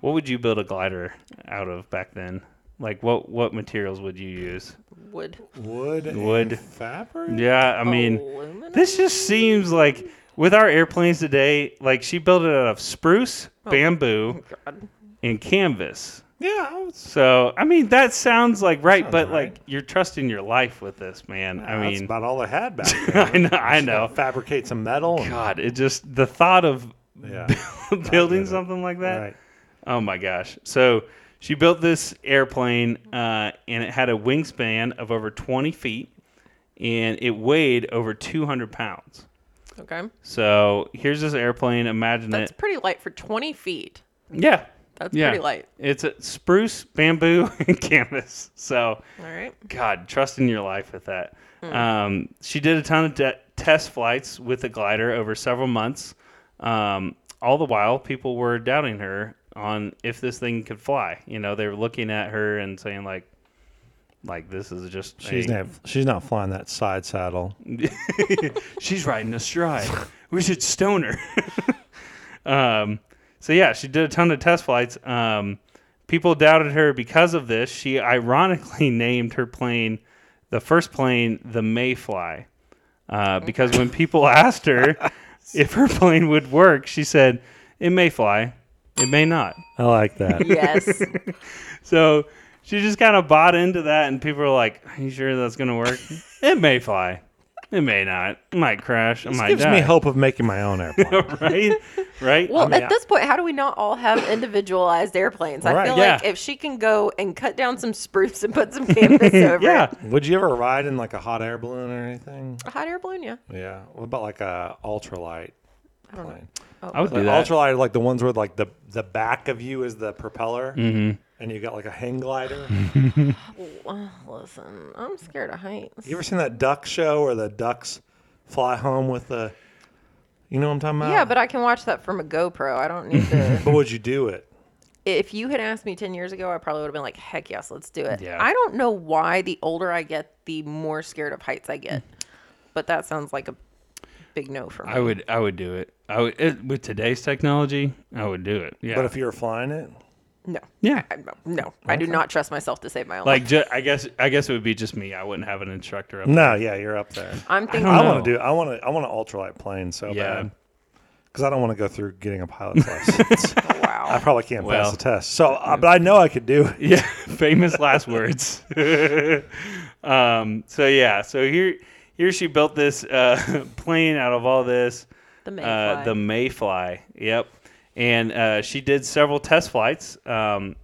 [SPEAKER 3] What would you build a glider out of back then? Like, what, what materials would you use?
[SPEAKER 2] Would
[SPEAKER 1] Wood. and
[SPEAKER 3] Wood.
[SPEAKER 1] fabric?
[SPEAKER 3] Yeah, I mean,
[SPEAKER 2] aluminum?
[SPEAKER 3] this just seems like with our airplanes today, like she built it out of spruce, bamboo,
[SPEAKER 2] God.
[SPEAKER 3] and canvas.
[SPEAKER 1] Yeah. I was-
[SPEAKER 3] So, I mean, that sounds like right, but
[SPEAKER 1] right.
[SPEAKER 3] like you're trusting your life with this, man. I
[SPEAKER 1] that's
[SPEAKER 3] mean,
[SPEAKER 1] about all I
[SPEAKER 3] [laughs]
[SPEAKER 1] had back then.
[SPEAKER 3] I know, I know.
[SPEAKER 1] Fabricate some
[SPEAKER 3] [laughs]
[SPEAKER 1] metal. and-
[SPEAKER 3] God, it just the thought of [laughs]
[SPEAKER 1] Yeah.
[SPEAKER 3] building something like that.
[SPEAKER 1] right.
[SPEAKER 3] Oh my gosh. So she built this airplane uh, and it had a wingspan of over 20 feet and it weighed over 200 pounds.
[SPEAKER 2] Okay.
[SPEAKER 3] So here's this airplane. Imagine
[SPEAKER 2] That's
[SPEAKER 3] it.
[SPEAKER 2] pretty light for 20 feet.
[SPEAKER 3] Yeah.
[SPEAKER 2] That's
[SPEAKER 3] Yeah.
[SPEAKER 2] pretty light.
[SPEAKER 3] It's a spruce, bamboo, [laughs] and canvas. So,
[SPEAKER 2] All right.
[SPEAKER 3] God, trust in your life with that. Um, she did a ton of de- test flights with the glider over several months. Um, all the while, people were doubting her on if this thing could fly. You know, they were looking at her and saying like, like this is just
[SPEAKER 1] She's
[SPEAKER 3] a-
[SPEAKER 1] not, she's not flying that side saddle.
[SPEAKER 3] she's riding astride. We should stone her. [laughs] um, so yeah, she did a ton of test flights. Um, people doubted her because of this. She ironically [laughs] named her plane, the first plane, the Mayfly, uh, because when people [laughs] asked
[SPEAKER 1] [laughs]
[SPEAKER 3] her if her plane would work, she said, "It may fly, it may not."
[SPEAKER 1] I like that.
[SPEAKER 2] Yes.
[SPEAKER 3] So she just kind of bought into that, and people were like, "Are you sure that's gonna
[SPEAKER 1] [laughs]
[SPEAKER 3] work? it may fly." It may not. It might crash. It
[SPEAKER 1] This
[SPEAKER 3] might
[SPEAKER 1] [laughs] gives
[SPEAKER 3] die.
[SPEAKER 1] me hope of making my own
[SPEAKER 3] [laughs]
[SPEAKER 1] airplane.
[SPEAKER 3] right? Right?
[SPEAKER 2] Well,
[SPEAKER 1] mean, I-
[SPEAKER 2] at this point, how do we not all have individualized airplanes? I
[SPEAKER 1] Right.
[SPEAKER 2] feel like
[SPEAKER 3] Yeah.
[SPEAKER 2] if she can go and cut down some spruce and put some canvas over
[SPEAKER 3] yeah.
[SPEAKER 2] it,
[SPEAKER 1] Would you ever ride in like a hot air balloon or anything?
[SPEAKER 2] a hot air balloon, yeah.
[SPEAKER 1] Yeah. What about like a ultralight
[SPEAKER 2] I don't know.
[SPEAKER 1] plane?
[SPEAKER 3] I would do
[SPEAKER 1] Like
[SPEAKER 3] that.
[SPEAKER 1] ultralight are like the ones where like the the back of you is the propeller,
[SPEAKER 3] Mm-hmm.
[SPEAKER 1] and you got like a hang glider. [laughs]
[SPEAKER 2] Well, listen, I'm scared of heights.
[SPEAKER 1] You ever seen that duck show where the ducks fly home with the? You know what I'm talking about?
[SPEAKER 2] Yeah, but I can watch that from a GoPro. I don't need
[SPEAKER 1] [laughs]
[SPEAKER 2] to.
[SPEAKER 1] But would you do it?
[SPEAKER 2] if you had asked me 10 years ago, I probably would have been like, heck yes, let's do it.
[SPEAKER 3] Yeah.
[SPEAKER 2] I don't know why the older I get, the more scared of heights I get. But that sounds like a big no for me.
[SPEAKER 3] I would I would do it. I would it, with today's technology, I would do it. Yeah.
[SPEAKER 1] But if you were flying it,
[SPEAKER 2] no.
[SPEAKER 3] yeah.
[SPEAKER 2] I, no. I do not trust myself to save my own
[SPEAKER 3] Like
[SPEAKER 2] life.
[SPEAKER 3] ju- I guess I guess it would be just me. I wouldn't have an instructor up.
[SPEAKER 1] no, yeah, you're up there.
[SPEAKER 2] I'm thinking.
[SPEAKER 1] I
[SPEAKER 3] know.
[SPEAKER 1] want to do. I want to. I want an ultralight plane so
[SPEAKER 3] Oh, Yeah.
[SPEAKER 1] bad because I don't want to go through getting a pilot's
[SPEAKER 3] [laughs]
[SPEAKER 1] license. I
[SPEAKER 2] wow.
[SPEAKER 1] probably can't
[SPEAKER 3] Well.
[SPEAKER 1] pass the test. So, uh, but I know I could do. it.
[SPEAKER 3] Yeah, [laughs] famous last words. um, so yeah, so here here she built this uh, [laughs] plane out of all this.
[SPEAKER 2] The
[SPEAKER 3] Uh,
[SPEAKER 2] Mayfly.
[SPEAKER 3] the Mayfly. Yep. And uh, she did several test flights um,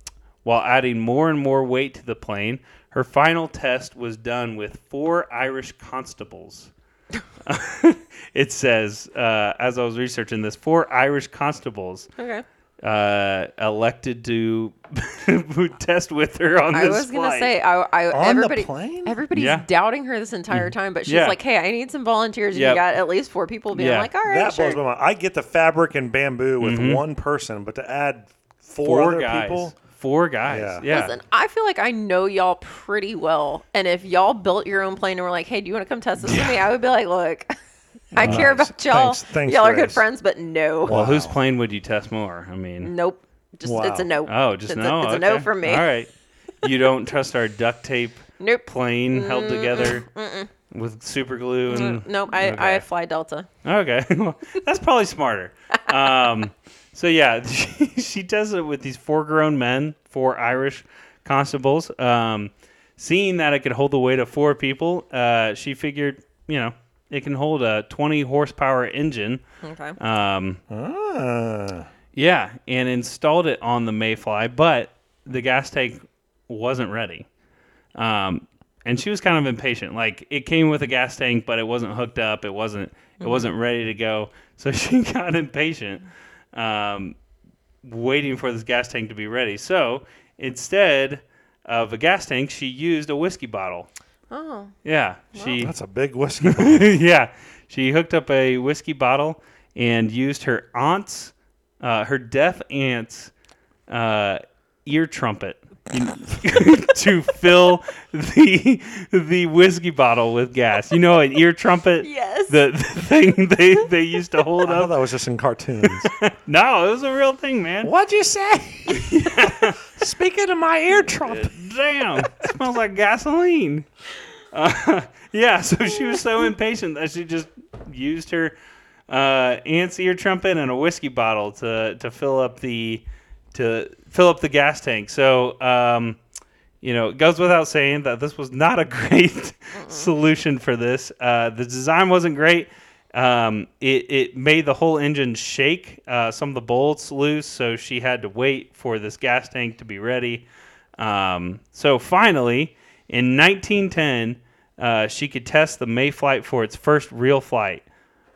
[SPEAKER 3] while adding more and more weight to the plane. Her final test was done with four Irish
[SPEAKER 2] [laughs]
[SPEAKER 3] constables. [laughs] it says, uh, as I was researching this, four Irish constables
[SPEAKER 2] okay.
[SPEAKER 3] uh, elected to [laughs] test with her on
[SPEAKER 2] I
[SPEAKER 3] this
[SPEAKER 2] was gonna
[SPEAKER 3] flight.
[SPEAKER 2] say, I, I
[SPEAKER 1] On the
[SPEAKER 2] everybody,
[SPEAKER 1] plane? Mm-hmm.
[SPEAKER 2] everybody's
[SPEAKER 3] Yeah.
[SPEAKER 2] doubting her this entire time, but she's
[SPEAKER 3] Yeah.
[SPEAKER 2] like, "Hey, I need some volunteers." And
[SPEAKER 3] Yep.
[SPEAKER 2] you got at least four people being
[SPEAKER 3] Yeah.
[SPEAKER 2] like, "All right,
[SPEAKER 1] that
[SPEAKER 2] sure."
[SPEAKER 1] blows my mind. I get the fabric and bamboo with one person, but to add
[SPEAKER 3] Mm-hmm.
[SPEAKER 1] four,
[SPEAKER 3] four
[SPEAKER 1] other
[SPEAKER 3] guys.
[SPEAKER 1] people,
[SPEAKER 3] Four guys.
[SPEAKER 1] Yeah.
[SPEAKER 3] Yeah.
[SPEAKER 2] Listen, I feel like I know y'all pretty well, and if y'all built your own plane and were like, "Hey, do you want to come test this with me?" I would be
[SPEAKER 1] [laughs]
[SPEAKER 2] like, "Look, I care
[SPEAKER 1] Nice.
[SPEAKER 2] about y'all.
[SPEAKER 1] Thanks- thanks,
[SPEAKER 2] y'all are good
[SPEAKER 1] Grace.
[SPEAKER 2] friends, but no,
[SPEAKER 3] Well, whose
[SPEAKER 1] Wow.
[SPEAKER 3] plane would you test more? I mean,
[SPEAKER 2] nope, just
[SPEAKER 1] Wow.
[SPEAKER 2] it's a no.
[SPEAKER 3] Oh, just
[SPEAKER 2] Mm. it's
[SPEAKER 3] no.
[SPEAKER 2] A, it's a no
[SPEAKER 3] okay.
[SPEAKER 2] from me.
[SPEAKER 3] All right. You don't trust our duct tape
[SPEAKER 2] Nope.
[SPEAKER 3] plane held together with super glue and
[SPEAKER 2] Nope, I,
[SPEAKER 3] Okay.
[SPEAKER 2] I fly Delta.
[SPEAKER 3] okay. [laughs] Well, that's probably smarter. Um, so yeah, [laughs] she, she does it with these four grown men, four Irish constables. Um, seeing that it could hold the weight of four people, uh, she figured, you know, it can hold a 20 horsepower engine.
[SPEAKER 2] Okay.
[SPEAKER 3] Um,
[SPEAKER 1] Ah.
[SPEAKER 3] yeah, and installed it on the Mayfly, but the gas tank wasn't ready. Um, and she was kind of impatient. Like it came with a gas tank, but it wasn't hooked up. It wasn't. It wasn't ready to go. [laughs] So she got impatient, um, waiting for this gas tank to be ready. So instead of a gas tank, she used a whiskey bottle.
[SPEAKER 2] Oh,
[SPEAKER 3] Yeah, she
[SPEAKER 1] that's a big whiskey. [laughs]
[SPEAKER 3] [laughs] yeah, she hooked up a whiskey bottle and used her aunt's, uh, her deaf aunt's uh, ear trumpet [laughs] to fill the the whiskey bottle with gas. You know, an ear trumpet.
[SPEAKER 2] Yes.
[SPEAKER 3] The, the thing they, they used to hold
[SPEAKER 1] I thought
[SPEAKER 3] up.
[SPEAKER 1] that was just in cartoons.
[SPEAKER 3] No, it was a real thing, man.
[SPEAKER 1] [laughs] What'd
[SPEAKER 3] [laughs]
[SPEAKER 1] you say? Speaking of my ear trumpet.
[SPEAKER 3] Damn, it smells like gasoline. Uh, [laughs] yeah, so she was so impatient that she just used her uh, ant's ear trumpet and a whiskey bottle to to fill up the to fill up the gas tank. So um, you know, it goes without saying that this was not a [laughs] great solution for this. Uh, the design wasn't great. Um, it, it made the whole engine shake, uh, some of the bolts loose, so she had to wait for this gas tank to be ready. Um, so finally, in 1910, uh, she could test the May flight for its first real flight.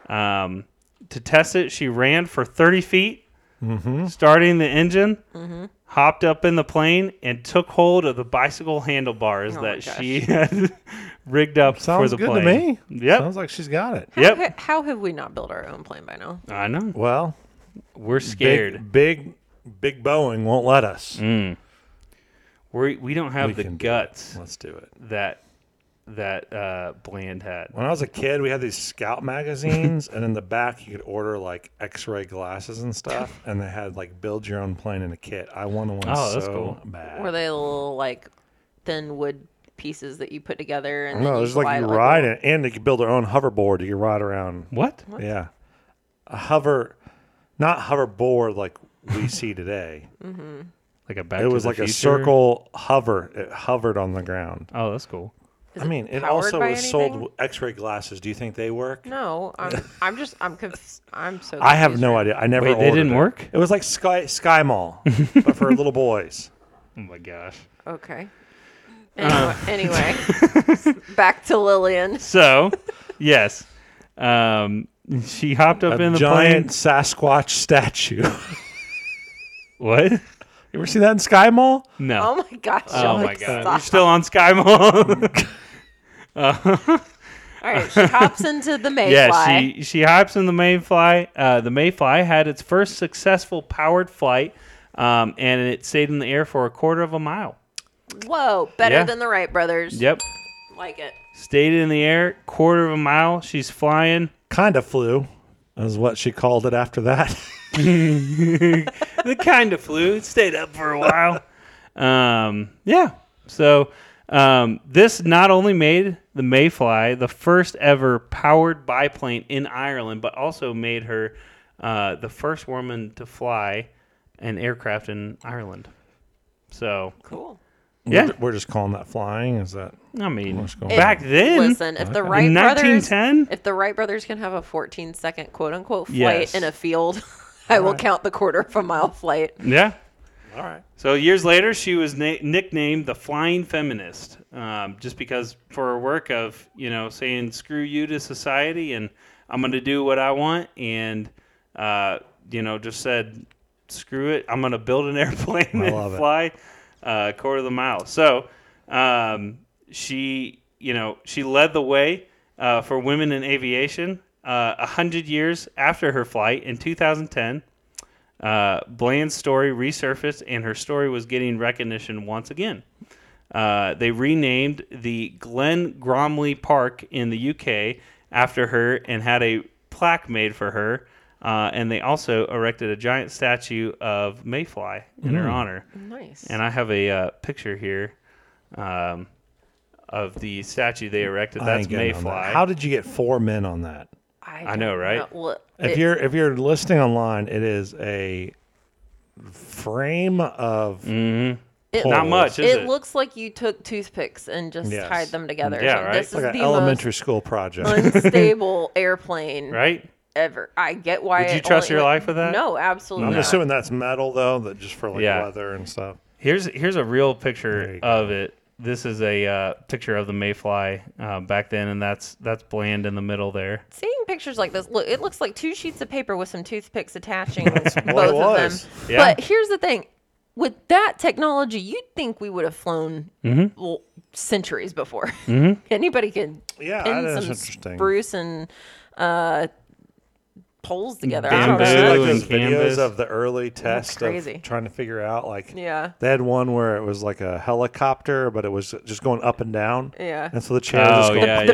[SPEAKER 3] Um, to test it, she ran for 30 feet
[SPEAKER 1] Mm-hmm.
[SPEAKER 3] starting the engine, hopped up in the plane, and took hold of the bicycle handlebars
[SPEAKER 2] Oh my
[SPEAKER 3] that she had [laughs] rigged up for
[SPEAKER 1] Sounds
[SPEAKER 3] the
[SPEAKER 1] good
[SPEAKER 3] plane.
[SPEAKER 1] to me.
[SPEAKER 3] Yep.
[SPEAKER 1] Sounds like she's got it.
[SPEAKER 2] How,
[SPEAKER 3] Yep.
[SPEAKER 2] ha- how have we not built our own plane by now?
[SPEAKER 3] I know.
[SPEAKER 1] Well,
[SPEAKER 3] We're scared. Mm.
[SPEAKER 1] Big, big, big Boeing won't let us.
[SPEAKER 3] We we don't have
[SPEAKER 1] We
[SPEAKER 3] the
[SPEAKER 1] can do it.
[SPEAKER 3] guts
[SPEAKER 1] Let's do it.
[SPEAKER 3] that that uh, Bland had.
[SPEAKER 1] When I was a kid, we had these scout magazines, and in the back, you could order like x ray glasses and stuff. And they had like build your own plane in a kit. I wanted one
[SPEAKER 3] Oh, that's
[SPEAKER 1] so
[SPEAKER 3] cool.
[SPEAKER 1] bad.
[SPEAKER 2] Were they little like thin wood pieces that you put together and then
[SPEAKER 1] no,
[SPEAKER 2] you
[SPEAKER 1] it's like
[SPEAKER 2] glide
[SPEAKER 1] you
[SPEAKER 2] it like a
[SPEAKER 1] ride it, and they could build their own hoverboard. You could ride around.
[SPEAKER 3] What?
[SPEAKER 1] Yeah. A hover, not hoverboard like we see today.
[SPEAKER 3] Like a back?
[SPEAKER 1] it
[SPEAKER 3] to
[SPEAKER 1] was
[SPEAKER 3] the
[SPEAKER 1] like a
[SPEAKER 3] Future?
[SPEAKER 1] circle hover. It hovered on the ground.
[SPEAKER 3] Oh, that's cool.
[SPEAKER 1] I mean, it
[SPEAKER 2] powered
[SPEAKER 1] also
[SPEAKER 2] by
[SPEAKER 1] was sold
[SPEAKER 2] anything?
[SPEAKER 1] with X-ray glasses. Do you think they work?
[SPEAKER 2] No,
[SPEAKER 3] [laughs]
[SPEAKER 2] I'm, I'm just I'm conf- I'm so.
[SPEAKER 1] I have
[SPEAKER 2] confused
[SPEAKER 1] no
[SPEAKER 2] right
[SPEAKER 1] idea. I never.
[SPEAKER 3] Wait, they
[SPEAKER 1] ordered
[SPEAKER 3] didn't
[SPEAKER 1] it.
[SPEAKER 3] work?
[SPEAKER 1] It was like Sky
[SPEAKER 3] [laughs]
[SPEAKER 1] Sky Mall, but for little boys.
[SPEAKER 3] Oh my gosh.
[SPEAKER 2] now. Okay. [laughs] Uh. Anyway, anyway. [laughs] back to Lillian.
[SPEAKER 3] So, [laughs] yes, um, she hopped up
[SPEAKER 1] A
[SPEAKER 3] in the
[SPEAKER 1] giant Sasquatch statue. [laughs] you
[SPEAKER 3] [laughs] plane. What?
[SPEAKER 1] ever see that in Sky Mall?
[SPEAKER 3] No.
[SPEAKER 2] Oh my gosh!
[SPEAKER 3] Oh
[SPEAKER 2] Alex,
[SPEAKER 3] my god. We're
[SPEAKER 2] stop.
[SPEAKER 3] still on Sky [laughs] Mall.
[SPEAKER 2] All right, she hops into
[SPEAKER 3] [laughs]
[SPEAKER 2] the Mayfly.
[SPEAKER 3] yeah, she she hops in the Mayfly. Uh, the Mayfly had its first successful powered flight, um, and it stayed in the air for a quarter of a mile.
[SPEAKER 2] Whoa, better
[SPEAKER 3] Yeah.
[SPEAKER 2] than the Wright brothers.
[SPEAKER 3] Yep.
[SPEAKER 2] Like it.
[SPEAKER 3] Stayed in the air, quarter of a mile. She's flying.
[SPEAKER 1] Kind of flew, is what she called it after that. [laughs]
[SPEAKER 3] the kind of flew. It stayed up for a while. Um, yeah. So um, this not only made the Mayfly the first ever powered biplane in Ireland, but also made her uh, the first woman to fly an aircraft in Ireland. So
[SPEAKER 2] Cool.
[SPEAKER 3] Yeah.
[SPEAKER 1] we're, we're just calling that flying. Is that
[SPEAKER 3] I mean,
[SPEAKER 1] What's going
[SPEAKER 3] back then,
[SPEAKER 2] Listen, if the Wright
[SPEAKER 3] Uh, in
[SPEAKER 2] brothers,
[SPEAKER 3] 1910?
[SPEAKER 2] if the Wright brothers can have a 14 second quote unquote flight
[SPEAKER 3] Yes.
[SPEAKER 2] in a field, [laughs] I will count the quarter of a mile flight.
[SPEAKER 3] yeah.
[SPEAKER 1] all right?
[SPEAKER 3] So years later, she was na- nicknamed the Flying Feminist, um, just because for her work of you know saying "screw you" to society and I'm going to do what I want, and uh, you know just said "screw it," I'm going to build an [laughs] airplane
[SPEAKER 1] love
[SPEAKER 3] and
[SPEAKER 1] it.
[SPEAKER 3] fly uh, a quarter of the mile. So um, she you know she led the way uh, for women in aviation. Uh, a hundred years after her flight in 2010. Uh, Bland's story resurfaced, and her story was getting recognition once again. Uh, they renamed the Glen Gromley Park in the UK after her and had a plaque made for her. Uh, and they also erected a giant statue of Mayfly in
[SPEAKER 1] Hmm.
[SPEAKER 3] her honor.
[SPEAKER 2] Nice.
[SPEAKER 3] And I have a uh, picture here um, of the statue they erected.
[SPEAKER 1] I
[SPEAKER 3] That's
[SPEAKER 1] ain't getting on that.
[SPEAKER 3] Mayfly.
[SPEAKER 1] How did you get four men on that?
[SPEAKER 2] I,
[SPEAKER 3] know,
[SPEAKER 2] don't
[SPEAKER 3] right?
[SPEAKER 2] Well,
[SPEAKER 1] If
[SPEAKER 2] it-
[SPEAKER 1] you're if you're listening online, it is a frame of
[SPEAKER 2] Mm-hmm. it-
[SPEAKER 3] Not much, is it?
[SPEAKER 2] It looks like you took toothpicks and just
[SPEAKER 1] Yes.
[SPEAKER 2] tied them together.
[SPEAKER 3] Yeah,
[SPEAKER 2] So
[SPEAKER 3] right?
[SPEAKER 2] This is
[SPEAKER 1] like an
[SPEAKER 2] the
[SPEAKER 1] elementary school
[SPEAKER 3] [laughs]
[SPEAKER 1] project.
[SPEAKER 2] most unstable airplane
[SPEAKER 3] right?
[SPEAKER 2] ever. I get why.
[SPEAKER 3] Would you
[SPEAKER 2] it
[SPEAKER 3] trust
[SPEAKER 2] only-
[SPEAKER 3] your life with that?
[SPEAKER 2] No, absolutely.
[SPEAKER 1] I'm
[SPEAKER 2] not.
[SPEAKER 1] assuming that's metal though, that just for like
[SPEAKER 3] Yeah.
[SPEAKER 1] leather and stuff.
[SPEAKER 3] Here's here's a real
[SPEAKER 1] There
[SPEAKER 3] picture
[SPEAKER 1] you go.
[SPEAKER 3] of it. This is a uh, picture of the Mayfly uh, back then, and that's that's bland in the middle there.
[SPEAKER 2] Seeing pictures like this, look, it looks like two sheets of paper with some toothpicks
[SPEAKER 3] [laughs]
[SPEAKER 2] attaching both of
[SPEAKER 1] what it
[SPEAKER 2] them.
[SPEAKER 1] was.
[SPEAKER 3] Yeah.
[SPEAKER 2] But here's the thing with that technology, you'd think we would have flown
[SPEAKER 3] Mm-hmm.
[SPEAKER 2] l- centuries before. [laughs] Anybody can
[SPEAKER 1] Yeah,
[SPEAKER 2] pin
[SPEAKER 1] that is
[SPEAKER 2] some
[SPEAKER 1] interesting.
[SPEAKER 2] spruce and uh, poles together. I
[SPEAKER 1] Did
[SPEAKER 2] don't
[SPEAKER 1] you see
[SPEAKER 3] Mm, Bamboo
[SPEAKER 1] like
[SPEAKER 2] know.
[SPEAKER 1] those
[SPEAKER 3] and canvas.
[SPEAKER 1] videos of the early test
[SPEAKER 2] crazy.
[SPEAKER 1] of trying to figure out like
[SPEAKER 2] Yeah.
[SPEAKER 1] they had one where it was like a helicopter, but it was just going up and down.
[SPEAKER 2] Yeah.
[SPEAKER 1] And so the chair was
[SPEAKER 3] Oh,
[SPEAKER 1] going
[SPEAKER 3] yeah,
[SPEAKER 2] the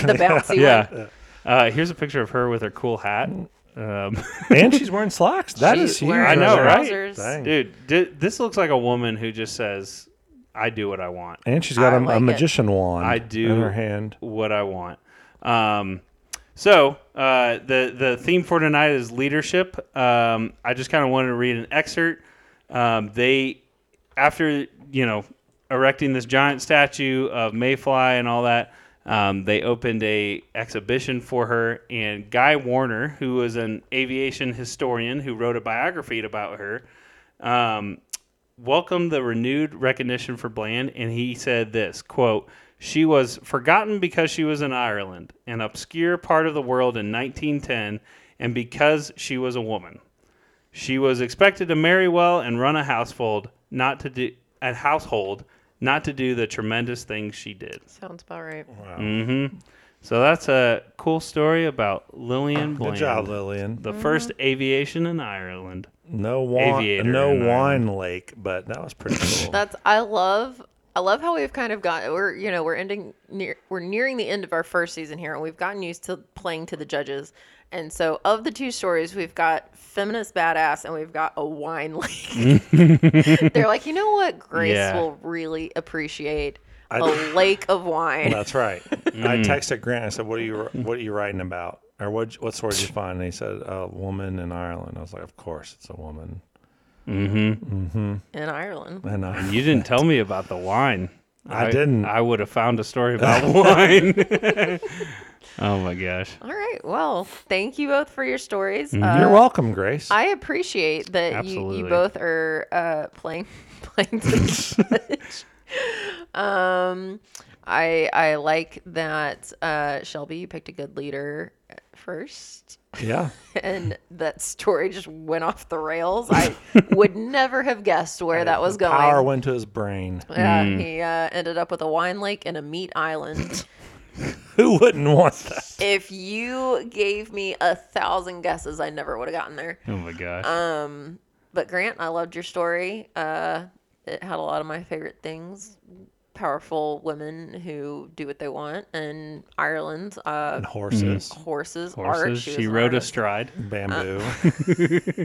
[SPEAKER 3] [laughs]
[SPEAKER 2] the bouncy one.
[SPEAKER 3] Yeah. Uh, here's a picture of her with her cool hat. Um, [laughs]
[SPEAKER 1] and she's wearing slacks. That is
[SPEAKER 2] She's
[SPEAKER 1] huge.
[SPEAKER 2] wearing
[SPEAKER 3] I know, right?
[SPEAKER 2] trousers.
[SPEAKER 1] Dang.
[SPEAKER 3] dude, di- this looks like a woman who just says, "I do what I want,
[SPEAKER 1] And she's got
[SPEAKER 2] I
[SPEAKER 1] a,
[SPEAKER 2] like
[SPEAKER 1] a
[SPEAKER 2] it.
[SPEAKER 1] magician wand
[SPEAKER 3] I do
[SPEAKER 1] in her hand.
[SPEAKER 3] what I want." Um, so uh, the the theme for tonight is leadership. Um, I just kind of wanted to read an excerpt. Um, they after you know erecting this giant statue of Mayfly and all that, um, they opened a exhibition for her. And Guy Warner, who was an aviation historian who wrote a biography about her, um, welcomed the renewed recognition for Bland, and he said this quote. She was forgotten because she was in Ireland, an obscure part of the world in 1910, and because she was a woman. She was expected to marry well and run a household, not to do a household, not to do the tremendous things she did.
[SPEAKER 2] Sounds about right.
[SPEAKER 3] Mm-hmm. So that's a cool story about Lillian Bland,
[SPEAKER 1] Good job, Lillian.
[SPEAKER 3] the first aviation in Ireland.
[SPEAKER 1] No wine,
[SPEAKER 3] Aviator
[SPEAKER 1] no
[SPEAKER 3] in
[SPEAKER 1] wine lake, but that was pretty
[SPEAKER 2] [laughs]
[SPEAKER 1] cool.
[SPEAKER 2] That's I love I love how we've kind of got we're you know we're ending near we're nearing the end of our first season here and we've gotten used to playing to the judges. And so of the two stories, we've got feminist badass and we've got a wine lake.
[SPEAKER 3] [laughs]
[SPEAKER 2] They're like, you know what Grace
[SPEAKER 3] Yeah.
[SPEAKER 2] will really appreciate a
[SPEAKER 1] I-
[SPEAKER 2] lake
[SPEAKER 3] [laughs]
[SPEAKER 2] of wine.
[SPEAKER 1] That's right. I texted Grant. I said, "What are you What are you writing about? Or what What story did you find?" And he said, "A woman in Ireland." I was like, "Of course, it's a woman."
[SPEAKER 2] in Ireland.
[SPEAKER 1] And I,
[SPEAKER 3] You didn't tell me about the wine.
[SPEAKER 1] I didn't.
[SPEAKER 3] I would have found a story
[SPEAKER 1] [laughs]
[SPEAKER 3] about wine. [laughs] oh my gosh.
[SPEAKER 2] All right. Well, thank you both for your stories.
[SPEAKER 1] you're
[SPEAKER 2] Uh,
[SPEAKER 1] welcome, Grace.
[SPEAKER 2] I appreciate that you, you
[SPEAKER 3] Absolutely.
[SPEAKER 2] both are uh, playing [laughs] playing to the judge. Um, I I like that uh, Shelby you picked a good leader at first,
[SPEAKER 1] yeah,
[SPEAKER 2] and that story just went off the rails. I would never have guessed where that [laughs] was going.
[SPEAKER 1] power went to his brain.
[SPEAKER 2] yeah, he uh, ended up with a wine lake and a meat island.
[SPEAKER 1] Who wouldn't want that?
[SPEAKER 2] if you gave me a thousand guesses, I never would have gotten there.
[SPEAKER 3] Oh my gosh.
[SPEAKER 2] Um, but Grant, I loved your story. Uh, it had a lot of my favorite things: powerful women who do what they want, and Ireland's uh,
[SPEAKER 1] And horses,
[SPEAKER 2] horses, art.
[SPEAKER 3] Horses.
[SPEAKER 2] She,
[SPEAKER 3] She
[SPEAKER 2] was
[SPEAKER 3] rode
[SPEAKER 2] an artist.
[SPEAKER 3] astride.
[SPEAKER 1] bamboo.
[SPEAKER 2] Uh,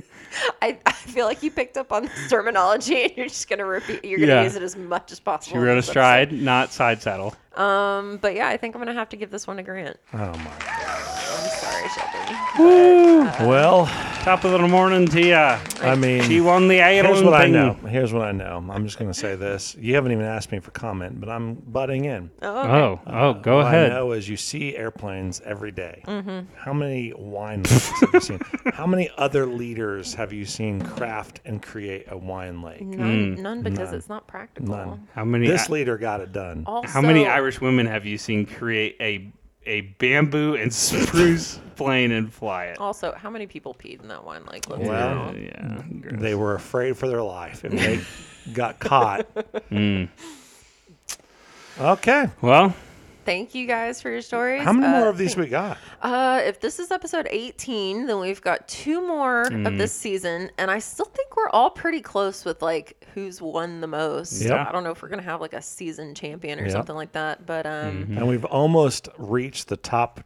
[SPEAKER 2] I, I feel like you picked up on this terminology, [laughs] and you're just gonna repeat. You're gonna
[SPEAKER 3] Yeah.
[SPEAKER 2] use it as much as possible.
[SPEAKER 3] She
[SPEAKER 2] in
[SPEAKER 3] rode
[SPEAKER 2] this
[SPEAKER 3] astride, not side saddle.
[SPEAKER 2] episode. Um, but yeah, I think I'm gonna have to give this one to Grant.
[SPEAKER 1] oh my!
[SPEAKER 2] I'm sorry, Shelby. uh,
[SPEAKER 1] Well,
[SPEAKER 3] Top of the morning to ya.
[SPEAKER 1] I mean,
[SPEAKER 3] She won the Ireland
[SPEAKER 1] Here's what I
[SPEAKER 3] thing.
[SPEAKER 1] know. Here's what I know. I'm just going to say this. You haven't even asked me for comment, but I'm butting in.
[SPEAKER 2] Oh, okay.
[SPEAKER 3] Oh, oh, go
[SPEAKER 1] what
[SPEAKER 3] ahead.
[SPEAKER 1] I know is you see airplanes every day.
[SPEAKER 2] Mm-hmm.
[SPEAKER 1] How many wine lakes have you seen?
[SPEAKER 3] [laughs]
[SPEAKER 1] How many other leaders have you seen craft and create a wine lake?
[SPEAKER 2] none, none because it's not practical.
[SPEAKER 1] None.
[SPEAKER 3] How many?
[SPEAKER 1] This leader got it done.
[SPEAKER 2] Also,
[SPEAKER 3] how many Irish women have you seen create a a bamboo and [laughs] spruce plane and fly it?
[SPEAKER 2] Also, how many people peed in that wine? Like, let's
[SPEAKER 1] Well,
[SPEAKER 2] be
[SPEAKER 3] yeah.
[SPEAKER 2] real.
[SPEAKER 3] yeah, gross.
[SPEAKER 1] They were afraid for their life if
[SPEAKER 2] [laughs]
[SPEAKER 1] they got caught.
[SPEAKER 3] Mm.
[SPEAKER 1] Okay.
[SPEAKER 3] well,
[SPEAKER 2] Thank you guys for your stories.
[SPEAKER 1] How many
[SPEAKER 2] Uh,
[SPEAKER 1] more of these we got?
[SPEAKER 2] Uh, if this is episode 18, then we've got two more
[SPEAKER 1] Mm-hmm.
[SPEAKER 2] of this season, and I still think we're all pretty close with like who's won the most.
[SPEAKER 1] Yep.
[SPEAKER 2] I don't know if we're gonna have like a season champion or
[SPEAKER 1] Yep. Mm-hmm.
[SPEAKER 2] something like that, but um,
[SPEAKER 1] And we've almost reached the top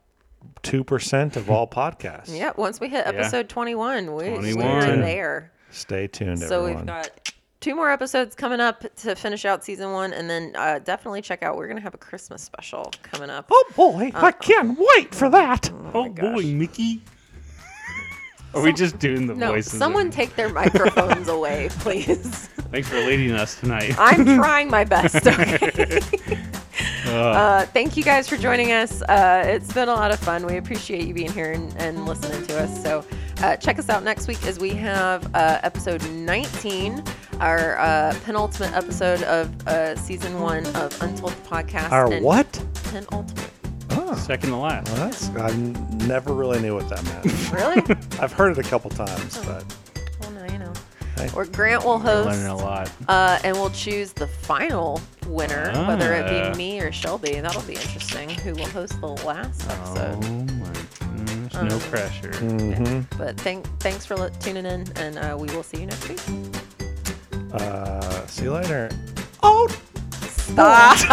[SPEAKER 1] 2% of all podcasts.
[SPEAKER 2] yeah, once we hit episode 21, we, we're
[SPEAKER 3] 21.
[SPEAKER 2] there.
[SPEAKER 1] Stay tuned,
[SPEAKER 2] So
[SPEAKER 1] everyone.
[SPEAKER 2] we've got two more episodes coming up to finish out season one, and then uh, definitely check out. We're gonna have a Christmas special coming up.
[SPEAKER 1] Oh boy,
[SPEAKER 2] Uh,
[SPEAKER 1] I can't wait for that.
[SPEAKER 3] oh boy,
[SPEAKER 2] [laughs]
[SPEAKER 3] Mickey. Are we just doing the
[SPEAKER 2] No,
[SPEAKER 3] voices? of-
[SPEAKER 2] someone take
[SPEAKER 1] [laughs]
[SPEAKER 2] their microphones away, please.
[SPEAKER 3] Thanks for leading us tonight.
[SPEAKER 2] I'm trying my best. Okay. uh, thank you guys for joining us. Uh, it's been a lot of fun. We appreciate you being here and, and listening to us. So uh, check us out next week as we have uh, episode 19, our uh, penultimate episode of uh, season one of Untold the podcast.
[SPEAKER 1] Our
[SPEAKER 2] and
[SPEAKER 1] what?
[SPEAKER 2] Penultimate.
[SPEAKER 1] Oh,
[SPEAKER 3] Second to last.
[SPEAKER 1] well, that's I n- never really knew what that [laughs] meant.
[SPEAKER 2] Really?
[SPEAKER 1] I've heard it a couple times, but
[SPEAKER 2] well, now you know.
[SPEAKER 1] Hey.
[SPEAKER 2] Or Grant will
[SPEAKER 3] Learning a
[SPEAKER 2] host,
[SPEAKER 3] lot.
[SPEAKER 2] uh, and we'll choose the final winner, whether it
[SPEAKER 3] Ah.
[SPEAKER 2] be me or Shelby. That'll be interesting. Who will host the last episode?
[SPEAKER 3] Oh my gosh, no pressure.
[SPEAKER 1] Mm-hmm.
[SPEAKER 2] But thank, thanks for li- tuning in, and uh, we will see you next week.
[SPEAKER 1] uh, see you later. Oh,
[SPEAKER 3] [laughs]
[SPEAKER 2] Stop!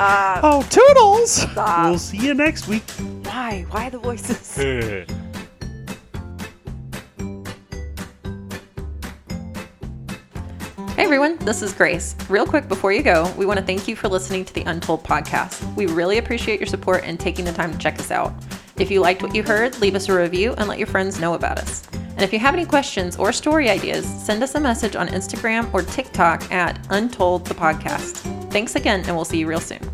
[SPEAKER 2] uh,
[SPEAKER 1] oh, toodles. [laughs]
[SPEAKER 3] We'll see you next week.
[SPEAKER 2] Why? Why the voices? Hey everyone, this is Grace. Real quick before you go, we want to thank you for listening to the Untold podcast. We really appreciate your support and taking the time to check us out. If you liked what you heard, leave us a review and let your friends know about us. And if you have any questions or story ideas, send us a message on Instagram or TikTok at Untold the Podcast. Thanks again, and we'll see you real soon.